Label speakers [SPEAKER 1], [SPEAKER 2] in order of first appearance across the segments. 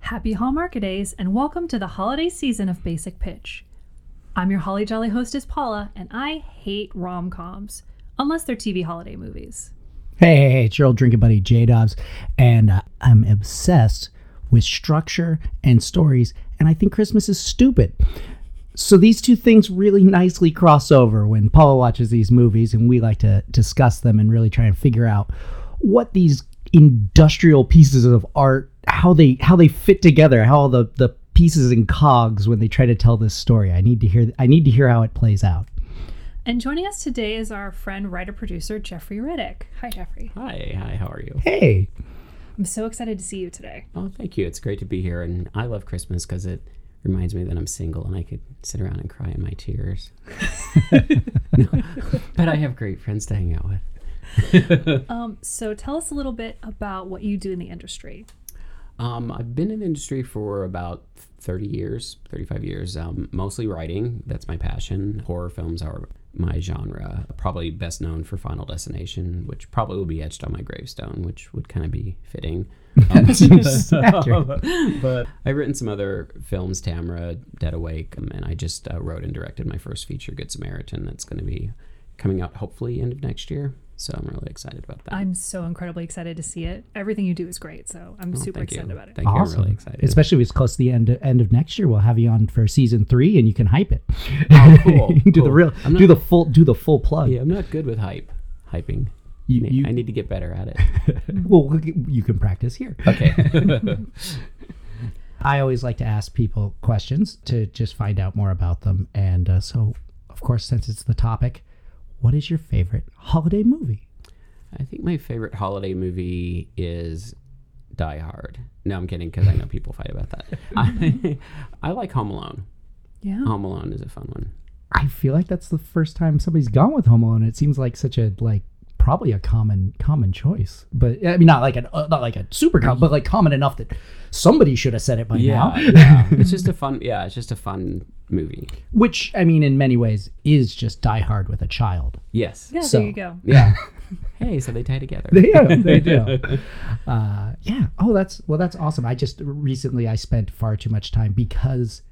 [SPEAKER 1] Happy Hallmark Days and welcome to the holiday season of Basic Pitch. I'm your Holly Jolly hostess, Paula, and I hate rom coms, unless they're TV holiday movies.
[SPEAKER 2] Hey, hey, hey, it's your old drinking buddy J Dobbs, and uh, I'm obsessed with structure and stories, and I think Christmas is stupid. So these two things really nicely cross over when Paula watches these movies, and we like to discuss them and really try and figure out what these industrial pieces of art how they how they fit together, how all the the pieces and cogs when they try to tell this story. I need to hear I need to hear how it plays out.
[SPEAKER 1] And joining us today is our friend, writer producer, Jeffrey Reddick. Hi, Jeffrey.
[SPEAKER 3] Hi, hi, how are you?
[SPEAKER 2] Hey,
[SPEAKER 1] I'm so excited to see you today.
[SPEAKER 3] Oh, thank you. It's great to be here. And I love Christmas because it reminds me that I'm single and I could sit around and cry in my tears. No, but I have great friends to hang out with.
[SPEAKER 1] Um, so tell us a little bit about what you do in the industry.
[SPEAKER 3] Um, I've been in the industry for about 30 years, 35 years, um, mostly writing. That's my passion. Horror films are my genre. Probably best known for Final Destination, which probably will be etched on my gravestone, which would kind of be fitting. Um, but I've written some other films, Tamara, Dead Awake, um, and I just uh, wrote and directed my first feature, Good Samaritan, that's going to be coming out hopefully end of next year. So I'm really excited about that.
[SPEAKER 1] I'm so incredibly excited to see it. Everything you do is great, so I'm super
[SPEAKER 3] Oh, Thank you.
[SPEAKER 1] excited about it.
[SPEAKER 3] Thank you. I'm really excited.
[SPEAKER 2] Especially if it's close to the end end of next year, we'll have you on for season three, and you can hype it.
[SPEAKER 3] Oh, cool,
[SPEAKER 2] do
[SPEAKER 3] cool.
[SPEAKER 2] the real,
[SPEAKER 3] I'm not-
[SPEAKER 2] do the full, do the full plug.
[SPEAKER 3] yeah, I'm not good with hype, hyping.
[SPEAKER 2] You- you-
[SPEAKER 3] I need to get better at it.
[SPEAKER 2] Well, we can- you can practice here.
[SPEAKER 3] Okay.
[SPEAKER 2] I always like to ask people questions to just find out more about them, and uh, so of course, since it's the topic, what is your favorite holiday movie?
[SPEAKER 3] I think my favorite holiday movie is Die Hard. No, I'm kidding because I know people fight about that. I, I like Home Alone.
[SPEAKER 1] Yeah.
[SPEAKER 3] Home Alone is a fun one.
[SPEAKER 2] I feel like that's the first time somebody's gone with Home Alone. It seems like such a like probably a common common choice, but I mean not like a uh, not like a super common, but like common enough that somebody should have said it by now.
[SPEAKER 3] yeah. It's just a fun. Yeah, it's just a fun movie.
[SPEAKER 2] Which I mean, in many ways, is just Die Hard with a child.
[SPEAKER 3] Yes.
[SPEAKER 1] yeah,
[SPEAKER 2] so-
[SPEAKER 1] there you go.
[SPEAKER 3] Yeah. hey, so they tie together.
[SPEAKER 2] Yeah, they do. Uh, yeah. Oh, that's well, that's awesome. I just recently I spent far too much time because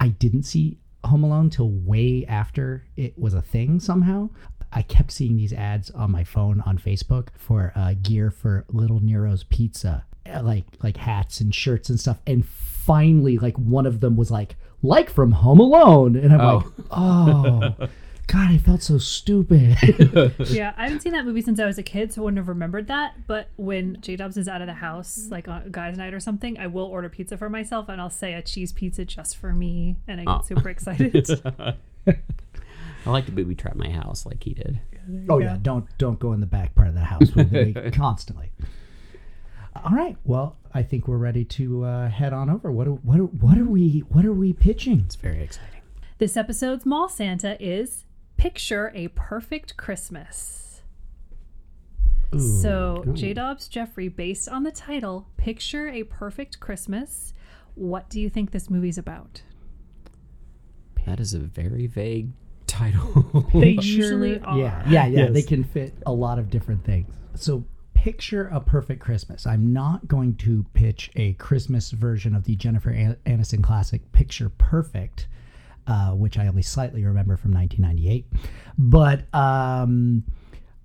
[SPEAKER 2] I didn't see Home Alone till way after it was a thing somehow. I kept seeing these ads on my phone on Facebook for uh, gear for Little Nero's Pizza, uh, like like hats and shirts and stuff. And finally, like one of them was like like from Home Alone, and I'm
[SPEAKER 3] Oh,
[SPEAKER 2] like, oh. God, I felt so stupid.
[SPEAKER 1] yeah, I haven't seen that movie since I was a kid, so I wouldn't have remembered that. But when J Dubs is out of the house, like on guys' night or something, I will order pizza for myself and I'll say a cheese pizza just for me. And I get super excited.
[SPEAKER 3] I like to booby trap my house like he did.
[SPEAKER 2] Oh yeah, don't don't go in the back part of the house We'll be constantly. All right, well, I think we're ready to uh, head on over. What are, what are, what are we what are we pitching?
[SPEAKER 3] It's very exciting.
[SPEAKER 1] this episode's Mall Santa is Picture a Perfect Christmas. so, J Dubs Jeffrey, based on the title, Picture a Perfect Christmas, what do you think this movie's about?
[SPEAKER 3] That is a very vague title.
[SPEAKER 1] They usually are.
[SPEAKER 2] Yeah, yeah, yeah. They
[SPEAKER 3] Yes.
[SPEAKER 2] can fit a lot of different things. So picture a perfect Christmas. I'm not going to pitch a Christmas version of the Jennifer An- Aniston classic Picture Perfect, uh, which I only slightly remember from 1998. But um,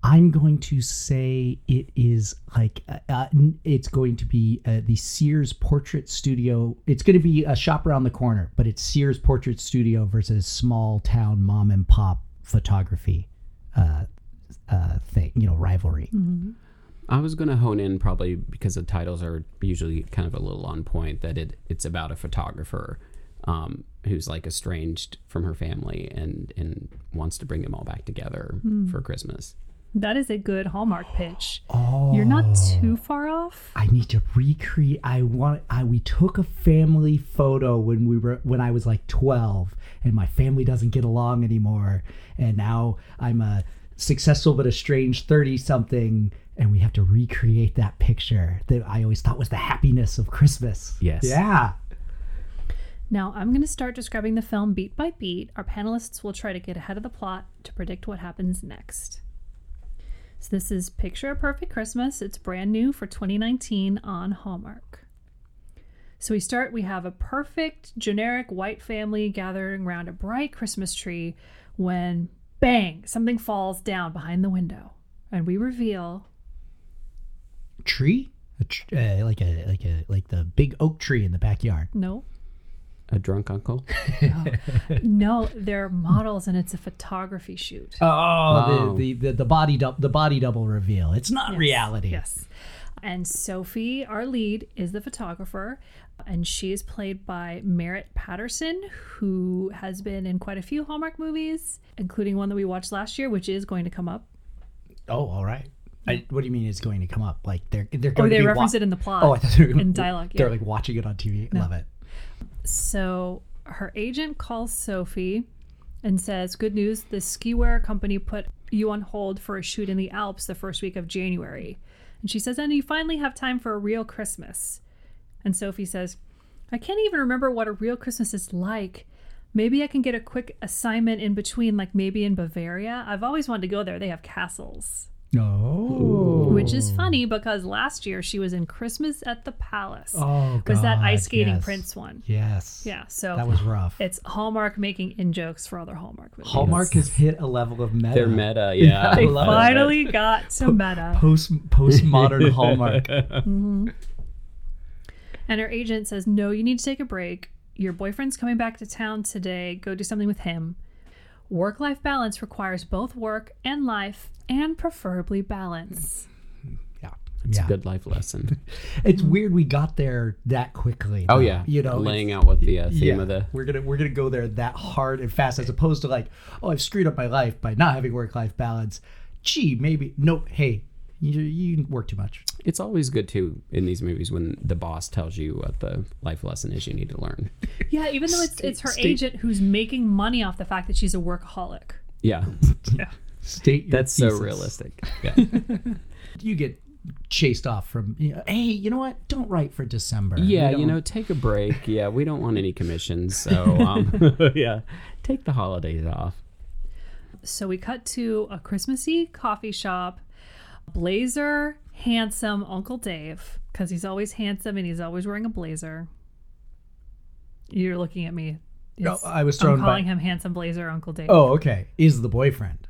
[SPEAKER 2] I'm going to say it is like uh, uh, n- it's going to be uh, the Sears Portrait Studio. It's going to be a shop around the corner, but it's Sears Portrait Studio versus small town mom and pop photography uh, uh, thing. You know, rivalry.
[SPEAKER 1] Mm-hmm.
[SPEAKER 3] I was gonna hone in probably because the titles are usually kind of a little on point that it it's about a photographer um, who's like estranged from her family and and wants to bring them all back together for Christmas.
[SPEAKER 1] That is a good Hallmark pitch.
[SPEAKER 2] Oh,
[SPEAKER 1] You're not too far off.
[SPEAKER 2] I need to recreate. I want. I we took a family photo when we were when I was like twelve, and my family doesn't get along anymore, and now I'm a successful but estranged thirty something, and we have to recreate that picture that I always thought was the happiness of Christmas.
[SPEAKER 3] Yes.
[SPEAKER 2] Yeah.
[SPEAKER 1] Now, I'm going to start describing the film beat by beat. Our panelists will try to get ahead of the plot to predict what happens next. So, this is Picture a Perfect Christmas. It's brand new for 2019 on Hallmark. So we start, we have a perfect generic white family gathering around a bright Christmas tree when bang, something falls down behind the window. And we reveal
[SPEAKER 2] Tree, a tr- uh, like a like a like the big oak tree in the backyard.
[SPEAKER 1] no,
[SPEAKER 3] A drunk uncle.
[SPEAKER 1] no, they're models and it's a photography shoot.
[SPEAKER 2] Oh,
[SPEAKER 3] Oh.
[SPEAKER 2] The, the the the body dou- the body double reveal. It's not reality.
[SPEAKER 1] Yes. And Sophie, our lead, is the photographer, and she is played by Merritt Patterson, who has been in quite a few Hallmark movies, including one that we watched last year, which is going to come up.
[SPEAKER 2] Oh, all right. I, what do you mean it's going to come up? Like they're they're
[SPEAKER 1] Or
[SPEAKER 2] going
[SPEAKER 1] Oh, they
[SPEAKER 2] to be wa-
[SPEAKER 1] reference it in the plot.
[SPEAKER 2] Oh, I thought they were
[SPEAKER 1] in dialogue,
[SPEAKER 2] They're
[SPEAKER 1] yeah.
[SPEAKER 2] like watching it on TV. Love it.
[SPEAKER 1] So her agent calls Sophie and says, Good news, the ski wear company put you on hold for a shoot in the Alps the first week of January. And she says, And you finally have time for a real Christmas. And Sophie says, I can't even remember what a real Christmas is like. Maybe I can get a quick assignment in between, like maybe in Bavaria. I've always wanted to go there. They have castles,
[SPEAKER 2] Oh.
[SPEAKER 1] which is funny because last year she was in Christmas at the Palace.
[SPEAKER 2] Oh,
[SPEAKER 1] was that
[SPEAKER 2] God,
[SPEAKER 1] ice skating
[SPEAKER 2] yes.
[SPEAKER 1] prince one?
[SPEAKER 2] Yes.
[SPEAKER 1] Yeah. So
[SPEAKER 2] That was rough.
[SPEAKER 1] it's Hallmark making in jokes for other Hallmark movies.
[SPEAKER 2] Hallmark has hit a level of meta.
[SPEAKER 3] They're meta. Yeah.
[SPEAKER 2] They
[SPEAKER 3] I love it.
[SPEAKER 1] Finally got to meta.
[SPEAKER 2] Post postmodern Hallmark.
[SPEAKER 1] And her agent says, No, you need to take a break. Your boyfriend's coming back to town today. Go do something with him. Work life balance requires both work and life, and preferably balance.
[SPEAKER 2] Yeah.
[SPEAKER 3] It's
[SPEAKER 2] yeah.
[SPEAKER 3] a good life lesson.
[SPEAKER 2] It's weird we got there that quickly.
[SPEAKER 3] Oh
[SPEAKER 2] though.
[SPEAKER 3] yeah.
[SPEAKER 2] Uh, You know, it's-
[SPEAKER 3] laying out what the uh, theme
[SPEAKER 2] yeah,
[SPEAKER 3] of the
[SPEAKER 2] we're gonna we're gonna go there that hard and fast as opposed to like, oh, I've screwed up my life by not having work life balance. Gee, maybe no. Hey, you you work too much.
[SPEAKER 3] It's always good too in these movies when the boss tells you what the life lesson is you need to learn.
[SPEAKER 1] Yeah, even though it's, it's her
[SPEAKER 2] Steve-
[SPEAKER 1] agent who's making money off the fact that she's a workaholic.
[SPEAKER 3] Yeah,
[SPEAKER 2] State your
[SPEAKER 3] that's so
[SPEAKER 2] thesis.
[SPEAKER 3] realistic. Yeah.
[SPEAKER 2] You get chased off from. You know, hey, you know what? Don't write for December. We
[SPEAKER 3] Yeah, you
[SPEAKER 2] don't-
[SPEAKER 3] know, take a break. Yeah, we don't want any commissions, so um, yeah, take the holidays off.
[SPEAKER 1] So we cut to a Christmassy coffee shop. Blazer, handsome Uncle Dave, because he's always handsome and he's always wearing a blazer. You're looking at me.
[SPEAKER 2] No,
[SPEAKER 1] Yes.
[SPEAKER 2] I was
[SPEAKER 1] I'm
[SPEAKER 2] thrown by.
[SPEAKER 1] calling him handsome blazer Uncle Dave.
[SPEAKER 2] Oh, okay. Is the boyfriend?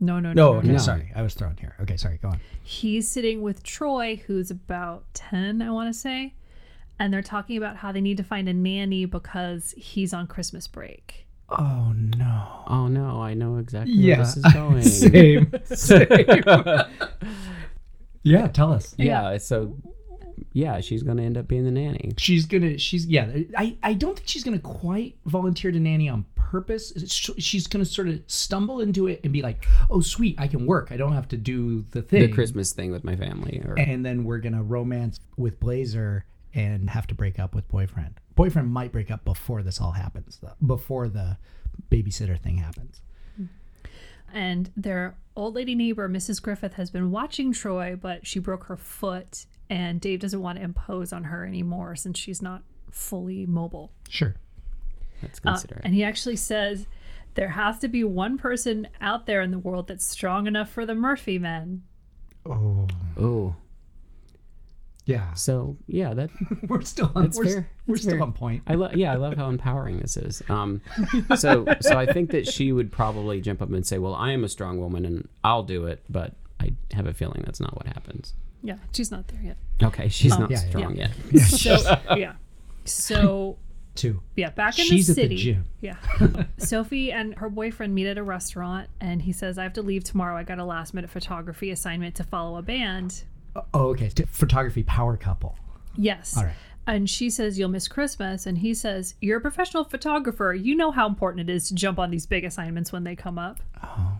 [SPEAKER 1] No, no,
[SPEAKER 2] No,
[SPEAKER 1] no.
[SPEAKER 2] okay,
[SPEAKER 3] No.
[SPEAKER 2] sorry, I was thrown here. Okay, sorry. Go on.
[SPEAKER 1] He's sitting with Troy, who's about 10, I want to say. And they're talking about how they need to find a nanny because he's on Christmas break.
[SPEAKER 2] Oh no.
[SPEAKER 3] Oh no, I know exactly
[SPEAKER 2] Yeah.
[SPEAKER 3] where this is going.
[SPEAKER 2] Same. yeah, tell us.
[SPEAKER 3] yeah, so yeah, she's gonna end up being the nanny.
[SPEAKER 2] She's gonna. She's yeah. I. I don't think she's gonna quite volunteer to nanny on purpose. It's- She's gonna sort of stumble into it and be like, "Oh, sweet, I can work. I don't have to do the thing."
[SPEAKER 3] The Christmas thing with my family, or
[SPEAKER 2] And then we're gonna romance with Blazer and have to break up with boyfriend. Boyfriend might break up before this all happens, though. Before the babysitter thing happens.
[SPEAKER 1] And their old lady neighbor, Mrs. Griffith, has been watching Troy, but she broke her foot. And Dave doesn't want to impose on her anymore since she's not fully mobile.
[SPEAKER 2] Sure.
[SPEAKER 3] that's
[SPEAKER 1] Uh,
[SPEAKER 3] considerate.
[SPEAKER 1] and he actually says there has to be one person out there in the world that's strong enough for the Murphy men.
[SPEAKER 2] Oh.
[SPEAKER 3] oh,
[SPEAKER 2] Yeah.
[SPEAKER 3] so yeah, that
[SPEAKER 2] We're still on.
[SPEAKER 3] That's
[SPEAKER 2] We're,
[SPEAKER 3] fair.
[SPEAKER 2] we're
[SPEAKER 3] That's
[SPEAKER 2] still
[SPEAKER 3] fair.
[SPEAKER 2] on point.
[SPEAKER 3] I love. Yeah, I love how empowering this is. Um, so so I think that she would probably jump up and say, "Well, I am a strong woman and I'll do it," but I have a feeling that's not what happens.
[SPEAKER 1] Yeah, she's not there yet.
[SPEAKER 3] Okay, she's not
[SPEAKER 2] Oh, yeah, yeah.
[SPEAKER 3] strong yet.
[SPEAKER 1] So yeah. So
[SPEAKER 2] Two.
[SPEAKER 1] yeah, back in
[SPEAKER 2] She's
[SPEAKER 1] the
[SPEAKER 2] at
[SPEAKER 1] city.
[SPEAKER 2] the gym.
[SPEAKER 1] Yeah. Sophie and her boyfriend meet at a restaurant and he says, I have to leave tomorrow. I got a last minute photography assignment to follow a band.
[SPEAKER 2] Oh, okay. T- Photography power couple.
[SPEAKER 1] Yes.
[SPEAKER 2] All right.
[SPEAKER 1] And she says, You'll miss Christmas. And he says, You're a professional photographer. You know how important it is to jump on these big assignments when they come up. Oh.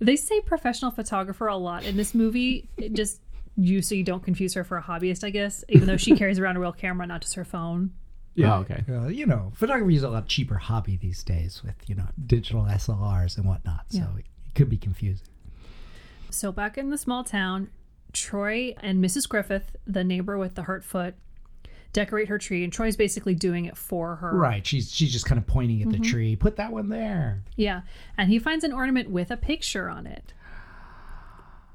[SPEAKER 1] They say professional photographer a lot in this movie. It just you so you don't confuse her for a hobbyist, I guess, even though she carries around a real camera, not just her phone.
[SPEAKER 3] Yeah. Oh, okay.
[SPEAKER 2] Uh, you know, photography is a lot cheaper hobby these days with you know digital SLRs and whatnot. So
[SPEAKER 1] Yeah.
[SPEAKER 2] it, it could be confusing.
[SPEAKER 1] So back in the small town, Troy and Mrs. Griffith, the neighbor with the hurt foot, decorate her tree, and Troy's basically doing it for her.
[SPEAKER 2] Right. She's she's just kind of pointing
[SPEAKER 1] Mm-hmm.
[SPEAKER 2] at the tree. Put that one there.
[SPEAKER 1] Yeah. And he finds an ornament with a picture on it.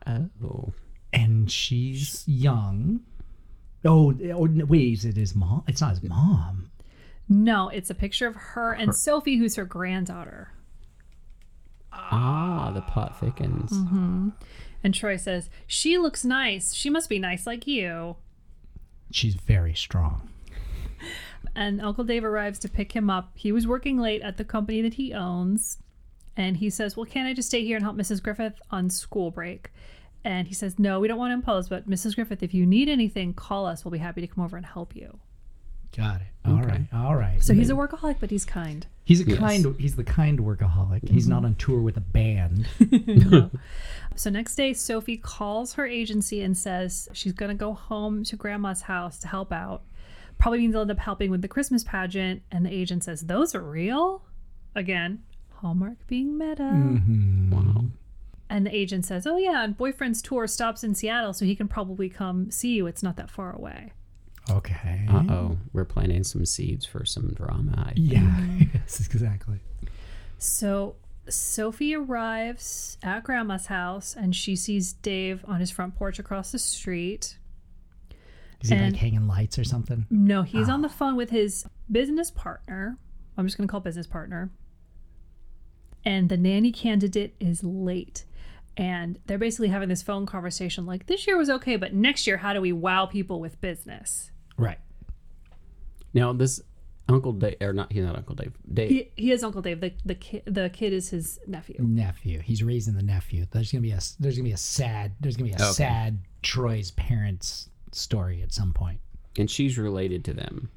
[SPEAKER 3] Oh,
[SPEAKER 2] And she's young. Oh, oh, no, wait, is it his mom? It's not his mom.
[SPEAKER 1] No, it's a picture of her and Sophie, who's her granddaughter.
[SPEAKER 3] Ah, the pot thickens.
[SPEAKER 2] Mm-hmm.
[SPEAKER 1] And Troy says, She looks nice. She must be nice like you.
[SPEAKER 2] She's very strong.
[SPEAKER 1] And Uncle Dave arrives to pick him up. He was working late at the company that he owns. And he says, Well, can't I just stay here and help Mrs. Griffith on school break? And he says, No, we don't want to impose, but Mrs. Griffith, if you need anything, call us. We'll be happy to come over and help you.
[SPEAKER 2] Got it. All right. All right.
[SPEAKER 1] So he's a workaholic, but he's kind.
[SPEAKER 2] He's a kind. He's the kind workaholic. He's
[SPEAKER 1] Mm-hmm.
[SPEAKER 2] not on tour with a band.
[SPEAKER 1] So next day, Sophie calls her agency and says she's going to go home to grandma's house to help out. Probably means they'll end up helping with the Christmas pageant. And the agent says, Those are real? Again, Hallmark being meta.
[SPEAKER 3] Wow.
[SPEAKER 1] And the agent says, Oh, yeah, and boyfriend's tour stops in Seattle, so he can probably come see you. It's not that far away.
[SPEAKER 2] Okay.
[SPEAKER 3] Uh oh, we're planting some seeds for some drama. I-
[SPEAKER 2] Yeah.
[SPEAKER 1] Mm-hmm.
[SPEAKER 2] yes, exactly.
[SPEAKER 1] So Sophie arrives at grandma's house and she sees Dave on his front porch across the street.
[SPEAKER 2] Is he
[SPEAKER 1] And-
[SPEAKER 2] like hanging lights or something?
[SPEAKER 1] No, he's on the phone with his business partner. I'm just going to call business partner. And the nanny candidate is late. And they're basically having this phone conversation like, this year was okay, but next year, how do we wow people with business?
[SPEAKER 2] Right.
[SPEAKER 3] Now this Uncle Dave, or not? He's not Uncle Dave. Dave.
[SPEAKER 1] He, he is Uncle Dave. The, the, ki- the kid is his nephew.
[SPEAKER 2] Nephew. He's raising the nephew. There's gonna be a there's gonna be a sad there's gonna be a
[SPEAKER 3] Okay.
[SPEAKER 2] sad Troy's parents story at some point.
[SPEAKER 3] and she's related to them.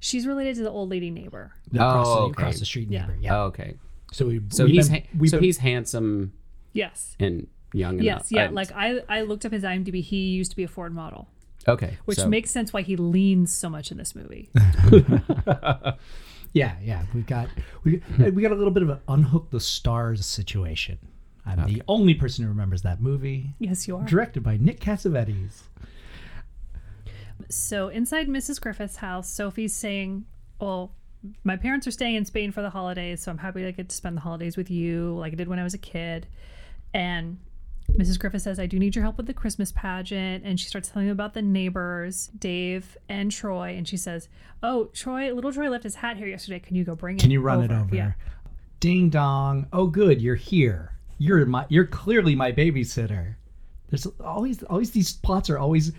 [SPEAKER 1] She's related to the old lady neighbor.
[SPEAKER 2] The
[SPEAKER 3] Oh,
[SPEAKER 2] across, the,
[SPEAKER 3] okay.
[SPEAKER 2] across the street
[SPEAKER 1] Yeah.
[SPEAKER 2] neighbor. Yeah.
[SPEAKER 3] Oh, okay.
[SPEAKER 2] So we
[SPEAKER 3] So
[SPEAKER 2] we've
[SPEAKER 3] he's
[SPEAKER 2] been-
[SPEAKER 3] ha-
[SPEAKER 2] we've
[SPEAKER 3] so
[SPEAKER 2] been-
[SPEAKER 3] he's handsome
[SPEAKER 1] Yes.
[SPEAKER 3] and young enough.
[SPEAKER 1] Yes. Yeah.
[SPEAKER 3] Uh,
[SPEAKER 1] Like I, I looked up his IMDb. He used to be a Ford model,
[SPEAKER 3] okay,
[SPEAKER 1] which
[SPEAKER 3] so-
[SPEAKER 1] makes sense why he leans so much in this movie.
[SPEAKER 2] Yeah, yeah. We've got we
[SPEAKER 3] Hmm.
[SPEAKER 2] we got a little bit of an unhook the stars situation. I'm the only person who remembers that movie.
[SPEAKER 1] yes, you are.
[SPEAKER 2] Directed by Nick Cassavetes.
[SPEAKER 1] So inside Mrs. Griffith's house, Sophie's saying, Well, my parents are staying in Spain for the holidays, so I'm happy to get to spend the holidays with you, like I did when I was a kid. And Mrs. Griffith says, I do need your help with the Christmas pageant. And she starts telling them about the neighbors, Dave and Troy. And she says, Oh, Troy, little Troy left his hat here yesterday. Can you go bring it?
[SPEAKER 2] Can you run it over?
[SPEAKER 1] Yeah.
[SPEAKER 2] Ding dong. Oh, good, you're here. You're my. You're clearly my babysitter. There's always, always these plots are always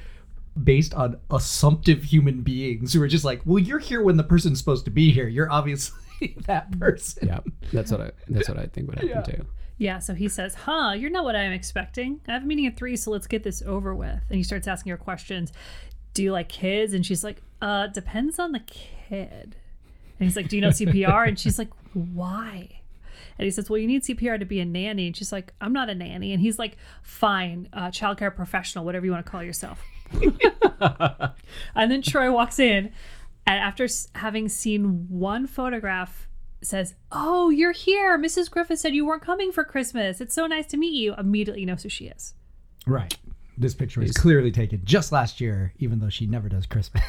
[SPEAKER 2] based on assumptive human beings who are just like, well, you're here when the person's supposed to be here. You're obviously that person.
[SPEAKER 3] yeah, that's what I that's what I think would happen too.
[SPEAKER 1] Yeah, so he says, Huh, you're not what I'm expecting. I have a meeting at three, so let's get this over with. And he starts asking her questions. Do you like kids? And she's like, Uh, depends on the kid. And he's like, Do you know CPR? and she's like, Why? And he says, Well, you need CPR to be a nanny. And she's like, I'm not a nanny. And he's like, Fine, uh, childcare professional, whatever you want to call yourself. and then Troy walks in and after s- having seen one photograph says oh you're here mrs griffith said you weren't coming for christmas it's so nice to meet you immediately knows who she is
[SPEAKER 2] Right. This picture was clearly taken just last year, even though she never does Christmas.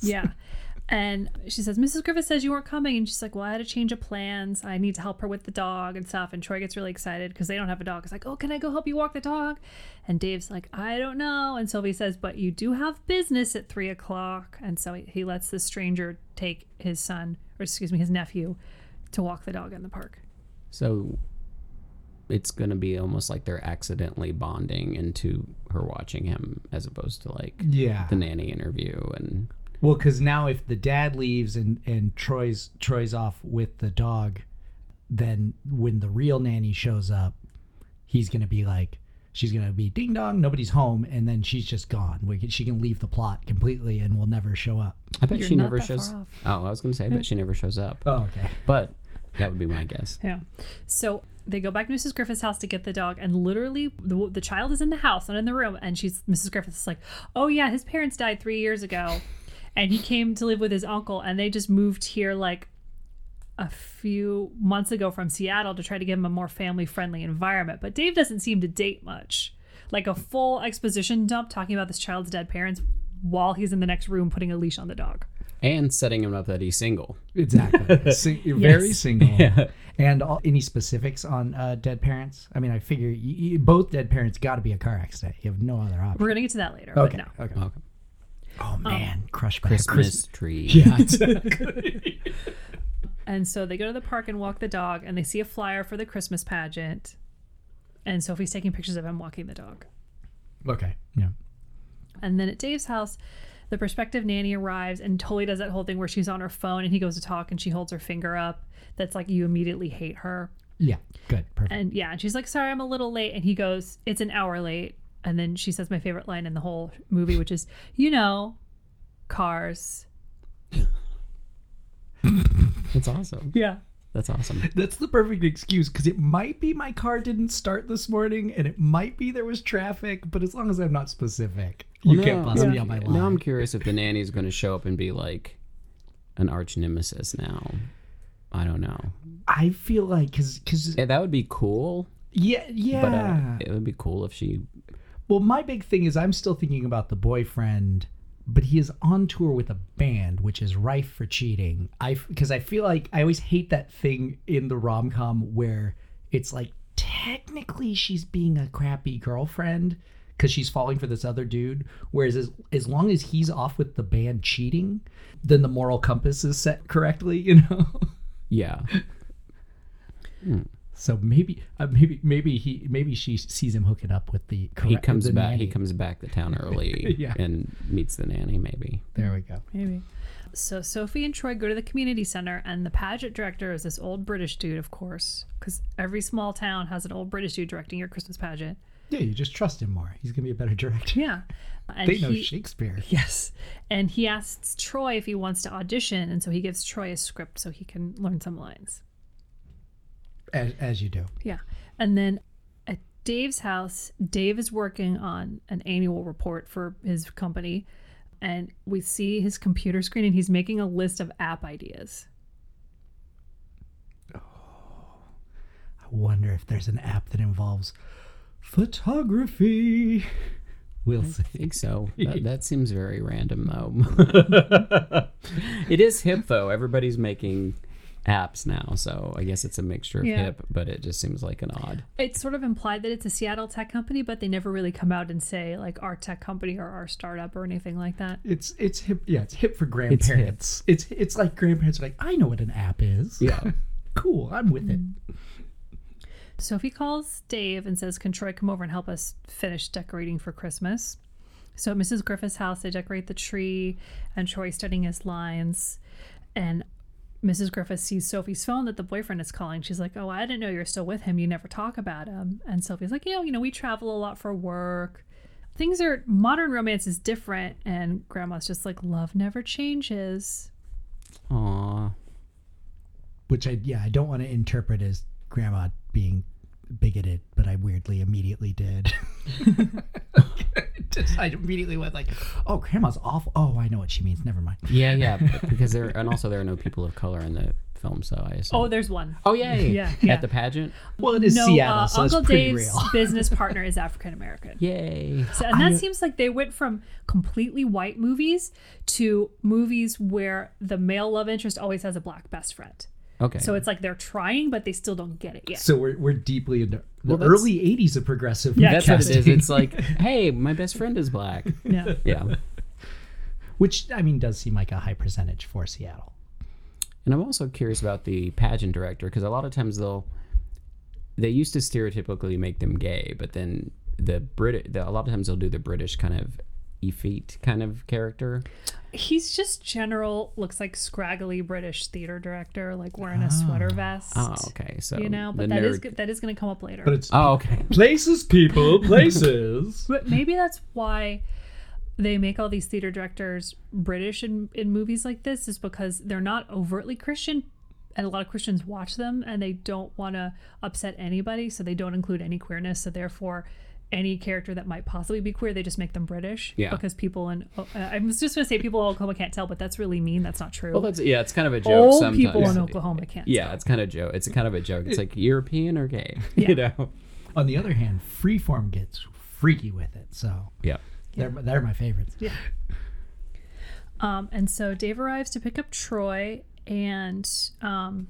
[SPEAKER 1] yeah and she says mrs griffith says you weren't coming and she's like well i had a change of plans i need to help her with the dog and stuff and troy gets really excited because they don't have a dog he's like oh can i go help you walk the dog and dave's like i don't know and sylvie says but you do have business at three o'clock and so he, he lets the stranger take his son or excuse me his nephew to walk the dog in the park
[SPEAKER 3] So it's gonna be almost like they're accidentally bonding into her watching him, as opposed to like
[SPEAKER 2] yeah.
[SPEAKER 3] the nanny interview and
[SPEAKER 2] Well, because now if the dad leaves and and Troy's Troy's off with the dog, then when the real nanny shows up, he's gonna be like, she's gonna be ding dong, nobody's home, and then she's just gone. We can, she can leave the plot completely and will never show up.
[SPEAKER 3] I bet
[SPEAKER 1] You're
[SPEAKER 3] she
[SPEAKER 1] not
[SPEAKER 3] never
[SPEAKER 1] that far
[SPEAKER 3] shows.
[SPEAKER 1] off.
[SPEAKER 3] Oh, I was gonna say, I bet she never shows up.
[SPEAKER 2] Oh, okay.
[SPEAKER 3] But that would be my guess.
[SPEAKER 1] Yeah. So they go back to Mrs. Griffith's house to get the dog, and literally the, the child is in the house, not in the room. And she's Mrs. Griffith's like, "Oh yeah, his parents died three years ago, and he came to live with his uncle, and they just moved here like a few months ago from Seattle to try to give him a more family-friendly environment." But Dave doesn't seem to date much. Like a full exposition dump talking about this child's dead parents while he's in the next room putting a leash on the dog.
[SPEAKER 3] And setting him up that he's single.
[SPEAKER 2] Exactly. Sing, Very single. And all, any specifics on uh, dead parents? I mean, I figure y y both dead parents got to be a car accident. You have no other option.
[SPEAKER 1] We're gonna get to that later.
[SPEAKER 2] Okay.
[SPEAKER 1] But no.
[SPEAKER 2] Okay.
[SPEAKER 3] Okay.
[SPEAKER 2] Oh man, Crush Bear.
[SPEAKER 3] Christmas
[SPEAKER 2] Christ-
[SPEAKER 3] tree.
[SPEAKER 2] Yeah, exactly.
[SPEAKER 1] And so they go to the park and walk the dog, and they see a flyer for the Christmas pageant. And Sophie's taking pictures of him walking the dog.
[SPEAKER 2] okay. Yeah.
[SPEAKER 1] And then at Dave's house, the prospective nanny arrives and totally does that whole thing where she's on her phone and he goes to talk and she holds her finger up. That's like, you immediately hate her.
[SPEAKER 2] Yeah. Good. Perfect.
[SPEAKER 1] And yeah, and she's like, sorry, I'm a little late. And he goes, it's an hour late. And then she says my favorite line in the whole movie, which is, you know, cars.
[SPEAKER 3] That's awesome.
[SPEAKER 1] Yeah.
[SPEAKER 3] That's awesome.
[SPEAKER 2] That's the perfect excuse because it might be my car didn't start this morning and it might be there was traffic, but as long as I'm not specific, you
[SPEAKER 3] Well,
[SPEAKER 2] can't
[SPEAKER 3] now-
[SPEAKER 2] bust me on my line.
[SPEAKER 3] Now I'm curious if the nanny's going to show up and be like an arch nemesis now. I don't know.
[SPEAKER 2] I feel like because because
[SPEAKER 3] Yeah, that would be cool,
[SPEAKER 2] yeah
[SPEAKER 3] but
[SPEAKER 2] yeah.
[SPEAKER 3] uh, it would be cool if she.
[SPEAKER 2] well, my big thing is I'm still thinking about the boyfriend, but he is on tour with a band, which is rife for cheating. I because I feel like I always hate that thing in the rom com where it's like technically she's being a crappy girlfriend because she's falling for this other dude. Whereas as, as long as he's off with the band cheating, then the moral compass is set correctly. You know.
[SPEAKER 3] Yeah.
[SPEAKER 2] So maybe, uh, maybe, maybe he, maybe she sees him hooking up with the. Correct,
[SPEAKER 3] He comes
[SPEAKER 2] the
[SPEAKER 3] back. He
[SPEAKER 2] nanny.
[SPEAKER 3] comes back to town early
[SPEAKER 2] Yeah.
[SPEAKER 3] and meets the nanny. Maybe
[SPEAKER 2] There we go.
[SPEAKER 1] Maybe. So Sophie and Troy go to the community center, and the pageant director is this old British dude, of course, because every small town has an old British dude directing your Christmas pageant.
[SPEAKER 2] Yeah, you just trust him more. He's gonna be a better director.
[SPEAKER 1] Yeah. And
[SPEAKER 2] They know
[SPEAKER 1] he-
[SPEAKER 2] Shakespeare.
[SPEAKER 1] Yes. And he asks Troy if he wants to audition, and so he gives Troy a script so he can learn some lines.
[SPEAKER 2] As, as you do.
[SPEAKER 1] Yeah. And then at Dave's house, Dave is working on an annual report for his company, and we see his computer screen, and he's making a list of app ideas.
[SPEAKER 2] I wonder if there's an app that involves photography. We'll
[SPEAKER 3] I
[SPEAKER 2] see.
[SPEAKER 3] think so. That, that seems very random though. it is hip though. Everybody's making apps now, so I guess it's a mixture of
[SPEAKER 1] Yeah.
[SPEAKER 3] hip, but it just seems like an odd.
[SPEAKER 1] It's sort of implied that it's a Seattle tech company, but they never really come out and say like our tech company or our startup or anything like that.
[SPEAKER 2] It's it's hip. Yeah, it's hip for grandparents. It's it's, like grandparents are like, I know what an app is.
[SPEAKER 3] Yeah.
[SPEAKER 2] cool. I'm with it.
[SPEAKER 1] Sophie calls Dave and says, Can Troy come over and help us finish decorating for Christmas? So at Mrs. Griffith's house, they decorate the tree and Troy's studying his lines. And Mrs. Griffith sees Sophie's phone that the boyfriend is calling. She's like, Oh, I didn't know you're still with him. You never talk about him. And Sophie's like, Yeah, you know, we travel a lot for work. Things are modern romance is different. And grandma's just like, Love never changes.
[SPEAKER 3] Aw.
[SPEAKER 2] Which I yeah I don't want to interpret as grandma being bigoted, but I weirdly immediately did. Just, I immediately went like, oh, grandma's awful. Oh, I know what she means. Never mind.
[SPEAKER 3] Yeah, yeah. b- Because there and also there are no people of color in the film, so I assume.
[SPEAKER 1] Oh, there's one.
[SPEAKER 3] Oh yay!
[SPEAKER 1] Yeah, yeah.
[SPEAKER 3] At the pageant,
[SPEAKER 2] Well, it is
[SPEAKER 1] no,
[SPEAKER 2] Seattle,
[SPEAKER 1] uh,
[SPEAKER 2] so
[SPEAKER 1] Uncle
[SPEAKER 2] it's pretty
[SPEAKER 1] Dave's
[SPEAKER 2] real.
[SPEAKER 1] business partner is African American.
[SPEAKER 3] yay!
[SPEAKER 1] So, and that
[SPEAKER 2] I-
[SPEAKER 1] seems like they went from completely white movies to movies where the male love interest always has a black best friend.
[SPEAKER 3] Okay.
[SPEAKER 1] So it's like they're trying, but they still don't get it yet.
[SPEAKER 2] So we're, we're deeply into the
[SPEAKER 3] Well, that's-
[SPEAKER 2] early '80s of progressive.
[SPEAKER 1] Yeah,
[SPEAKER 3] that's what it is.
[SPEAKER 2] casting.
[SPEAKER 3] It's like, hey, my best friend is black.
[SPEAKER 1] yeah.
[SPEAKER 3] Yeah.
[SPEAKER 2] which I mean does seem like a high percentage for Seattle.
[SPEAKER 3] And I'm also curious about the pageant director because a lot of times they'll they used to stereotypically make them gay, but then the Brit the, a lot of times they'll do the British kind of effete kind of character.
[SPEAKER 1] He's just general, looks like scraggly British theater director, like wearing a sweater vest.
[SPEAKER 3] Oh, Ah. okay. So
[SPEAKER 1] You know, but
[SPEAKER 3] the
[SPEAKER 1] that is
[SPEAKER 3] nerd-
[SPEAKER 1] go- that is going to come up later.
[SPEAKER 2] But it's
[SPEAKER 3] Oh, okay.
[SPEAKER 2] places, people, places.
[SPEAKER 1] But maybe that's why they make all these theater directors British in, in movies like this, is because they're not overtly Christian. And a lot of Christians watch them and they don't want to upset anybody. So they don't include any queerness. So therefore, any character that might possibly be queer, they just make them British.
[SPEAKER 3] Yeah.
[SPEAKER 1] Because people in, uh, I was just going to say people in Oklahoma can't tell, but that's really mean. That's not true.
[SPEAKER 3] Well, that's yeah. It's kind of a joke.
[SPEAKER 1] Old
[SPEAKER 3] sometimes.
[SPEAKER 1] people in Oklahoma can't
[SPEAKER 3] Yeah,
[SPEAKER 1] tell.
[SPEAKER 3] it's kind of joke. It's kind of a joke. It's like European or gay. You know.
[SPEAKER 2] On the other hand, Freeform gets freaky with it, so
[SPEAKER 3] Yeah.
[SPEAKER 2] they're they're my favorites.
[SPEAKER 1] Um, and so Dave arrives to pick up Troy, and um,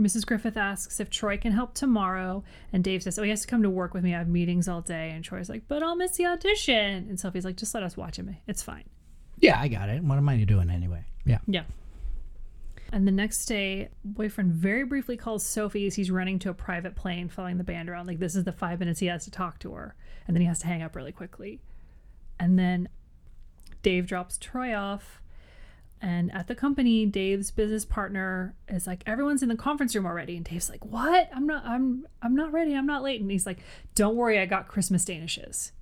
[SPEAKER 1] Mrs. Griffith asks if Troy can help tomorrow. And Dave says, Oh, he has to come to work with me. I have meetings all day. And Troy's like, But I'll miss the audition. And Sophie's like, Just let us watch him. It's fine.
[SPEAKER 2] Yeah, I got it. What am I doing anyway? Yeah.
[SPEAKER 1] Yeah. And the next day, boyfriend very briefly calls Sophie as he's running to a private plane following the band around. Like, this is the five minutes he has to talk to her. And then he has to hang up really quickly. And then Dave drops Troy off. And at the company, Dave's business partner is like, "Everyone's in the conference room already." And Dave's like, "What? I'm not. I'm. I'm not ready. I'm not late." And he's like, "Don't worry, I got Christmas danishes."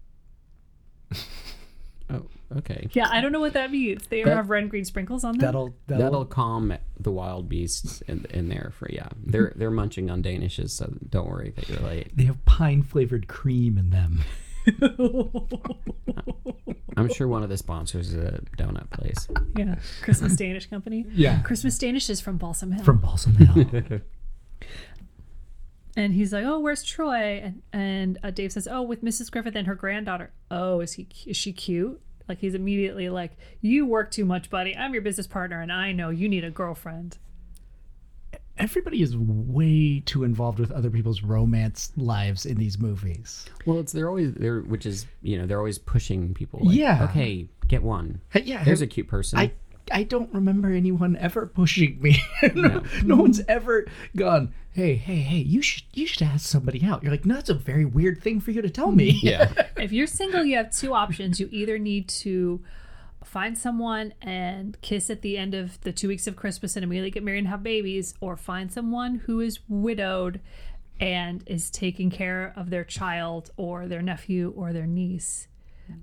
[SPEAKER 3] Oh, okay.
[SPEAKER 1] Yeah, I don't know what that means. They have red and green sprinkles on them.
[SPEAKER 2] That'll that'll,
[SPEAKER 3] That'll calm the wild beasts in, in there for yeah. They're they're munching on danishes, so don't worry that you're late.
[SPEAKER 2] they have pine flavored cream in them.
[SPEAKER 3] I'm sure one of the sponsors is a donut place.
[SPEAKER 1] yeah, Christmas Danish company.
[SPEAKER 2] Yeah.
[SPEAKER 1] Christmas danishes from Balsam Hill.
[SPEAKER 2] From Balsam Hill.
[SPEAKER 1] and he's like, "Oh, where's Troy?" And and uh, Dave says, "Oh, with Mrs. Griffith and her granddaughter." Oh, is he is she cute? Like he's immediately like, "You work too much, buddy. I'm your business partner, and I know you need a girlfriend."
[SPEAKER 2] Everybody is way too involved with other people's romance lives in these movies.
[SPEAKER 3] Well, it's they're always they're which is you know they're always pushing people. Like,
[SPEAKER 2] Yeah.
[SPEAKER 3] Okay, get one.
[SPEAKER 2] Hey, yeah,
[SPEAKER 3] There's
[SPEAKER 2] hey-
[SPEAKER 3] a cute person.
[SPEAKER 2] I I don't remember anyone ever pushing me. no, no one's ever gone, "Hey, hey, hey, you should you should ask somebody out." You're like, "No, that's a very weird thing for you to tell me."
[SPEAKER 3] yeah.
[SPEAKER 1] if you're single, you have two options. You either need to find someone and kiss at the end of the two weeks of Christmas and immediately get married and have babies, or find someone who is widowed and is taking care of their child or their nephew or their niece,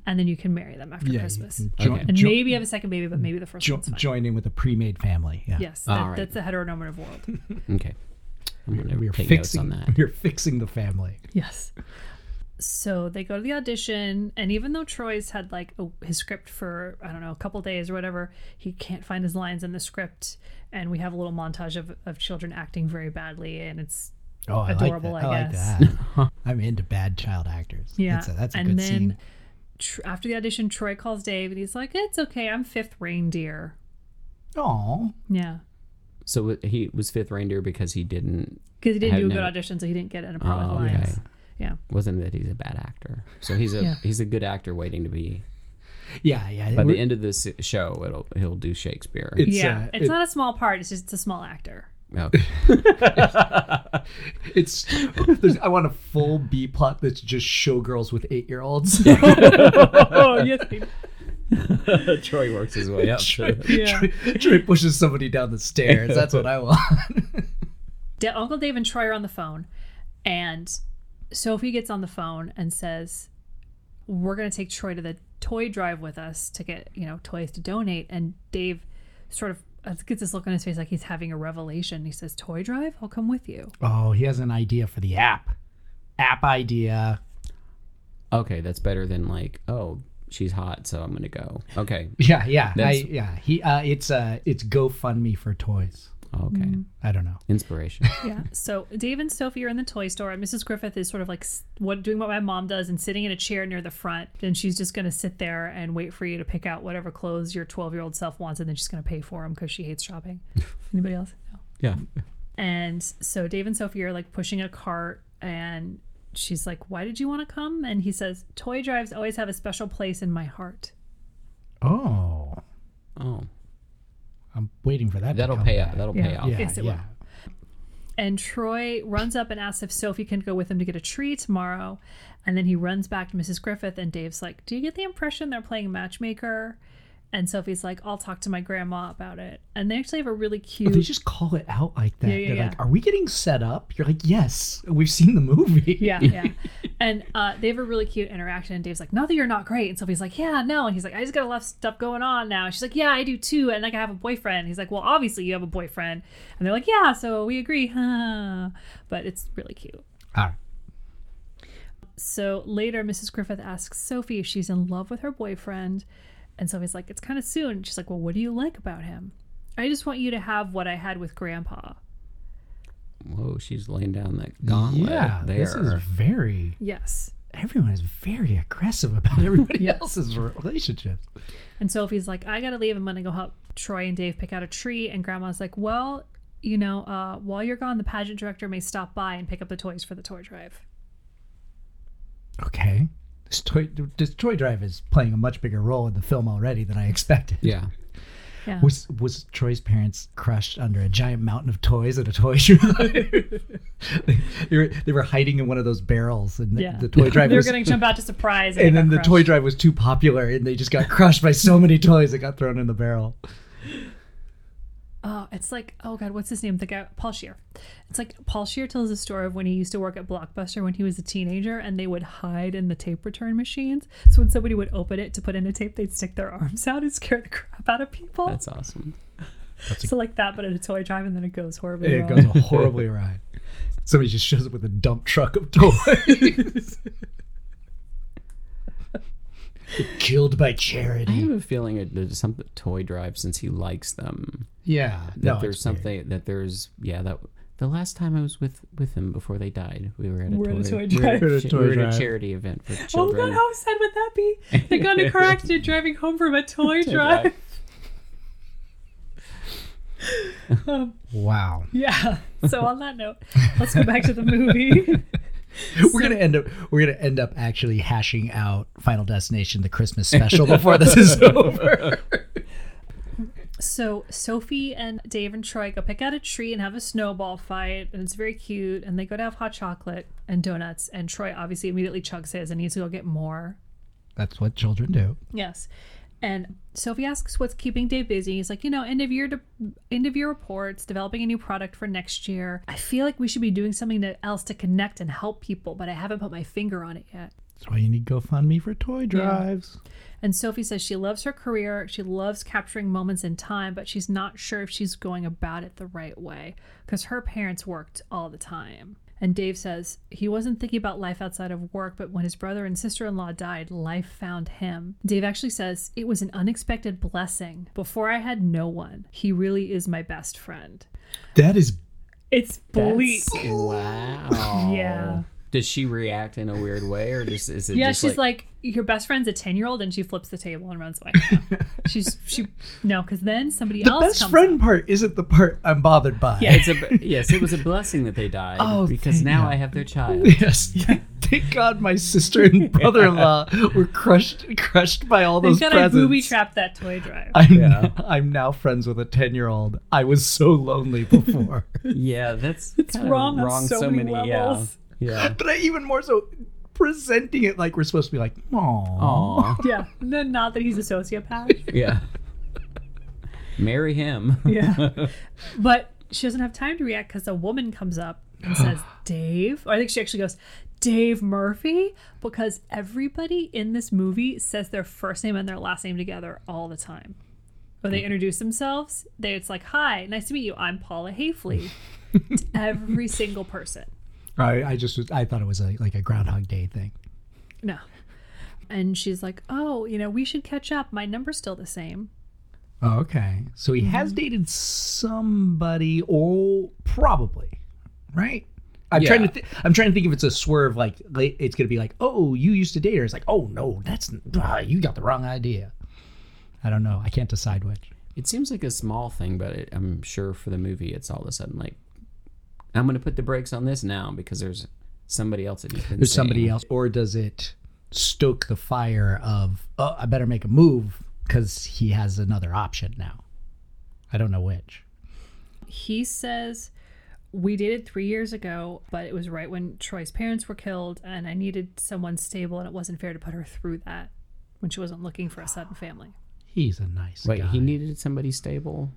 [SPEAKER 1] and then you can marry them after
[SPEAKER 2] Yeah, you
[SPEAKER 1] Christmas.
[SPEAKER 2] can join-
[SPEAKER 3] Okay.
[SPEAKER 1] And
[SPEAKER 2] jo-
[SPEAKER 1] maybe have a second baby, but maybe the first
[SPEAKER 2] jo-
[SPEAKER 1] one's fine.
[SPEAKER 2] join in with a pre-made family. Yeah.
[SPEAKER 1] Yes,
[SPEAKER 3] All
[SPEAKER 1] that,
[SPEAKER 3] right.
[SPEAKER 1] that's the heteronormative world.
[SPEAKER 3] Okay. I'm gonna
[SPEAKER 2] We are
[SPEAKER 3] take
[SPEAKER 2] fixing
[SPEAKER 3] notes on that.
[SPEAKER 2] we are fixing the family.
[SPEAKER 1] Yes. So they go to the audition, and even though Troy's had like a, his script for I don't know a couple days or whatever, he can't find his lines in the script, and we have a little montage of, of children acting very badly, and it's
[SPEAKER 2] Oh, I
[SPEAKER 1] Adorable,
[SPEAKER 2] like that.
[SPEAKER 1] I guess.
[SPEAKER 2] like
[SPEAKER 3] Uh-huh.
[SPEAKER 2] that. I'm into bad child actors.
[SPEAKER 1] yeah.
[SPEAKER 2] That's a, that's a
[SPEAKER 1] and
[SPEAKER 2] good
[SPEAKER 1] then
[SPEAKER 2] scene.
[SPEAKER 1] Tr- after the audition, Troy calls Dave, and he's like, "It's okay, I'm fifth reindeer."
[SPEAKER 2] Oh,
[SPEAKER 1] Yeah,
[SPEAKER 3] So he was fifth reindeer because he didn't
[SPEAKER 1] because he didn't
[SPEAKER 3] Had
[SPEAKER 1] do a
[SPEAKER 3] no-
[SPEAKER 1] good audition, so he didn't get an appropriate
[SPEAKER 3] Oh, okay.
[SPEAKER 1] lines. Yeah,
[SPEAKER 3] wasn't that he's a bad actor. So he's a
[SPEAKER 1] Yeah.
[SPEAKER 3] he's a good actor waiting to be.
[SPEAKER 2] yeah, yeah.
[SPEAKER 3] By
[SPEAKER 2] We're-
[SPEAKER 3] the end of this show, it'll he'll do Shakespeare. Oh.
[SPEAKER 2] It's,
[SPEAKER 1] yeah.
[SPEAKER 2] uh,
[SPEAKER 1] it's
[SPEAKER 2] it-
[SPEAKER 1] not a small part; it's just a small actor.
[SPEAKER 3] Okay.
[SPEAKER 2] It's there's, I want a full B plot that's just showgirls with eight year olds.
[SPEAKER 1] oh yes, they-
[SPEAKER 3] Troy works his way up. to-
[SPEAKER 1] yeah.
[SPEAKER 2] Troy pushes somebody down the stairs. That's what I want.
[SPEAKER 1] Da- Uncle Dave and Troy are on the phone, and Sophie gets on the phone and says, "We're going to take Troy to the toy drive with us to get you know toys to donate." And Dave sort of uh, gets this look on his face like he's having a revelation. He says, "Toy drive? I'll come with you."
[SPEAKER 2] Oh, he has an idea for the app. App idea.
[SPEAKER 3] Okay, that's better than like, oh, she's hot, so I'm gonna go. Okay.
[SPEAKER 2] Yeah, yeah, I,
[SPEAKER 3] That's-
[SPEAKER 2] yeah. He, uh, it's uh, it's GoFundMe for toys.
[SPEAKER 3] Okay.
[SPEAKER 2] I don't know.
[SPEAKER 3] Inspiration.
[SPEAKER 1] Yeah. So Dave and Sophie are in the toy store, and Mrs. Griffith is sort of like s- what doing what my mom does and sitting in a chair near the front, and she's just going to sit there and wait for you to pick out whatever clothes your twelve-year-old self wants, and then she's going to pay for them because she hates shopping. Anybody else? No.
[SPEAKER 3] Yeah.
[SPEAKER 1] And so Dave and Sophie are like pushing a cart and she's like, Why did you want to come? And he says, Toy drives always have a special place in my heart.
[SPEAKER 2] Oh,
[SPEAKER 3] Oh,
[SPEAKER 2] I'm waiting for that.
[SPEAKER 3] that'll
[SPEAKER 2] to come
[SPEAKER 3] pay
[SPEAKER 2] back.
[SPEAKER 3] up. That'll pay
[SPEAKER 1] Yeah.
[SPEAKER 3] off.
[SPEAKER 2] Yeah,
[SPEAKER 1] Yes, it will.
[SPEAKER 2] yeah.
[SPEAKER 1] And Troy runs up and asks if Sophie can go with him to get a tree tomorrow. And then he runs back to Mrs. Griffith and Dave's like, Do you get the impression they're playing matchmaker? And Sophie's like, I'll talk to my grandma about it. And they actually have a really
[SPEAKER 2] Oh,
[SPEAKER 1] cute
[SPEAKER 2] they just call it out like that.
[SPEAKER 1] Yeah, yeah,
[SPEAKER 2] They're
[SPEAKER 1] yeah.
[SPEAKER 2] like, "Are we getting set up?" You're like, "Yes, we've seen the movie."
[SPEAKER 1] Yeah, yeah. and uh, they have a really cute interaction. And Dave's like, "Not that you're not great," and Sophie's like, "Yeah, no." And he's like, "I just got a lot of stuff going on now." And she's like, "Yeah, I do too." And like, I have a boyfriend. And he's like, "Well, obviously you have a boyfriend." And they're like, "Yeah, so we agree." Huh. But it's really cute.
[SPEAKER 2] All right.
[SPEAKER 1] So later, Mrs. Griffith asks Sophie if she's in love with her boyfriend. And Sophie's like, it's kind of soon. And she's like, well, what do you like about him? I just want you to have what I had with grandpa.
[SPEAKER 3] Whoa, she's laying down that gauntlet
[SPEAKER 2] Yeah,
[SPEAKER 3] there.
[SPEAKER 2] this is very.
[SPEAKER 1] Yes.
[SPEAKER 2] Everyone is very aggressive about everybody
[SPEAKER 1] Yes.
[SPEAKER 2] else's relationships.
[SPEAKER 1] And Sophie's like, I gotta leave. I'm gonna go help Troy and Dave pick out a tree. And Grandma's like, Well, you know, uh, while you're gone, the pageant director may stop by and pick up the toys for the toy drive.
[SPEAKER 2] Okay, This toy, this toy drive is playing a much bigger role in the film already than I expected.
[SPEAKER 3] Yeah.
[SPEAKER 1] Yeah.
[SPEAKER 2] Was was Troy's parents crushed under a giant mountain of toys at a toy show? they, they were, they were hiding in one of those barrels, and the,
[SPEAKER 1] Yeah.
[SPEAKER 2] the toy drive
[SPEAKER 1] They were
[SPEAKER 2] was,
[SPEAKER 1] going to jump out to surprise,
[SPEAKER 2] and
[SPEAKER 1] they
[SPEAKER 2] then
[SPEAKER 1] got
[SPEAKER 2] the
[SPEAKER 1] crushed.
[SPEAKER 2] toy drive was too popular, and they just got crushed by so many toys that got thrown in the barrel.
[SPEAKER 1] Oh, it's like oh god, what's his name? The guy Paul Shear. It's like Paul Shear tells a story of when he used to work at Blockbuster when he was a teenager, and they would hide in the tape return machines. So when somebody would open it to put in a tape, they'd stick their arms out and scare the crap out of people.
[SPEAKER 3] That's awesome.
[SPEAKER 1] so like that, but at a toy drive, and then it goes horribly
[SPEAKER 2] It
[SPEAKER 1] wrong.
[SPEAKER 2] goes horribly awry. Somebody just shows up with a dump truck of toys. Killed by
[SPEAKER 3] I
[SPEAKER 2] charity.
[SPEAKER 3] have a feeling that there's some toy drive since he likes them.
[SPEAKER 2] Yeah.
[SPEAKER 3] Uh, That
[SPEAKER 2] No,
[SPEAKER 3] there's
[SPEAKER 2] it's weird.
[SPEAKER 3] something that there's yeah that the last time I was with with him before they died, we were at a
[SPEAKER 1] We're at
[SPEAKER 3] toy,
[SPEAKER 1] a toy
[SPEAKER 3] we were at
[SPEAKER 1] drive.
[SPEAKER 2] We're
[SPEAKER 3] a
[SPEAKER 2] at a
[SPEAKER 3] cha-
[SPEAKER 2] toy
[SPEAKER 3] we were at a
[SPEAKER 2] drive.
[SPEAKER 3] charity event for
[SPEAKER 1] Oh
[SPEAKER 3] children.
[SPEAKER 1] god, how sad would that be? They got in a car accident driving home from a toy drive. um,
[SPEAKER 2] Wow.
[SPEAKER 1] yeah. So on that note, let's go back to the movie.
[SPEAKER 2] we're gonna end up we're gonna end up actually hashing out Final Destination the Christmas special before this is over.
[SPEAKER 1] So Sophie and Dave and Troy go pick out a tree and have a snowball fight, and it's very cute. And they go to have hot chocolate and donuts, and Troy obviously immediately chugs his and needs to go get more.
[SPEAKER 2] That's what children do.
[SPEAKER 1] Yes. And Sophie asks what's keeping Dave busy. He's like, you know, end of year, de- end of year reports, developing a new product for next year. I feel like we should be doing something to- else to connect and help people, but I haven't put my finger on it yet.
[SPEAKER 2] That's why you need GoFundMe for toy drives.
[SPEAKER 1] And Sophie says she loves her career. She loves capturing moments in time, but she's not sure if she's going about it the right way because her parents worked all the time. And Dave says he wasn't thinking about life outside of work, but when his brother and sister in law died, life found him. Dave actually says, It was an unexpected blessing. Before I had no one, he really is my best friend.
[SPEAKER 2] That is
[SPEAKER 1] It's bleak.
[SPEAKER 3] That's- wow.
[SPEAKER 1] Yeah.
[SPEAKER 3] Does she react in a weird way, or just is it?
[SPEAKER 1] Yeah,
[SPEAKER 3] just
[SPEAKER 1] she's like, Your best friend's a 10 year old, and she flips the table and runs away. she's, she, no, because then somebody
[SPEAKER 2] the
[SPEAKER 1] else
[SPEAKER 2] best
[SPEAKER 1] comes
[SPEAKER 2] friend part isn't the part I'm bothered by.
[SPEAKER 1] Yeah.
[SPEAKER 3] It's a yes. It was a blessing that they died
[SPEAKER 2] Oh,
[SPEAKER 3] because
[SPEAKER 2] thank
[SPEAKER 3] now
[SPEAKER 2] God.
[SPEAKER 3] I have their child.
[SPEAKER 2] Yes. Thank God my sister and brother in law were crushed crushed by all
[SPEAKER 1] They've
[SPEAKER 2] those
[SPEAKER 1] got
[SPEAKER 2] presents.
[SPEAKER 1] to booby trap that toy drive.
[SPEAKER 2] I'm, I'm now friends with a 10 year old. I was so lonely before.
[SPEAKER 3] Yeah, that's
[SPEAKER 1] It's
[SPEAKER 3] kinda
[SPEAKER 1] wrong on so many
[SPEAKER 3] yeah.
[SPEAKER 1] levels.
[SPEAKER 3] Yeah.
[SPEAKER 2] but I even more so presenting it like we're supposed to be like, oh,
[SPEAKER 3] Aw.
[SPEAKER 1] yeah. No, not that he's a sociopath.
[SPEAKER 3] yeah. Marry him.
[SPEAKER 1] Yeah. but she doesn't have time to react because a woman comes up and says, Dave. Or I think she actually goes, Dave Murphy. Because everybody in this movie says their first name and their last name together all the time. When
[SPEAKER 2] Hmm.
[SPEAKER 1] they introduce themselves, they it's like, Hi, nice to meet you. I'm Paula Hafley. to every single person.
[SPEAKER 2] I, I just was, I thought it was a, like a Groundhog Day thing.
[SPEAKER 1] No. And she's like, Oh, you know, we should catch up. My number's still the same.
[SPEAKER 2] Oh, okay. So he has dated somebody, or probably, right? I'm
[SPEAKER 3] Yeah.
[SPEAKER 2] trying to. Th- I'm trying to think if it's a swerve. Like la- it's gonna be like, oh, you used to date her. It's like, oh no, that's ah, you got the wrong idea. I don't know. I can't decide which.
[SPEAKER 3] It seems like a small thing, but it, I'm sure for the movie, it's all of a sudden like, I'm going to put the brakes on this now because there's somebody else that he's been
[SPEAKER 2] There's somebody
[SPEAKER 3] seeing.
[SPEAKER 2] else, or does it stoke the fire of, oh, I better make a move because he has another option now. I don't know which.
[SPEAKER 1] he says we dated three years ago but it was right when troy's parents were killed and i needed someone stable and it wasn't fair to put her through that when she wasn't looking for a sudden family
[SPEAKER 2] He's a nice
[SPEAKER 3] Wait,
[SPEAKER 2] guy.
[SPEAKER 3] he needed somebody stable.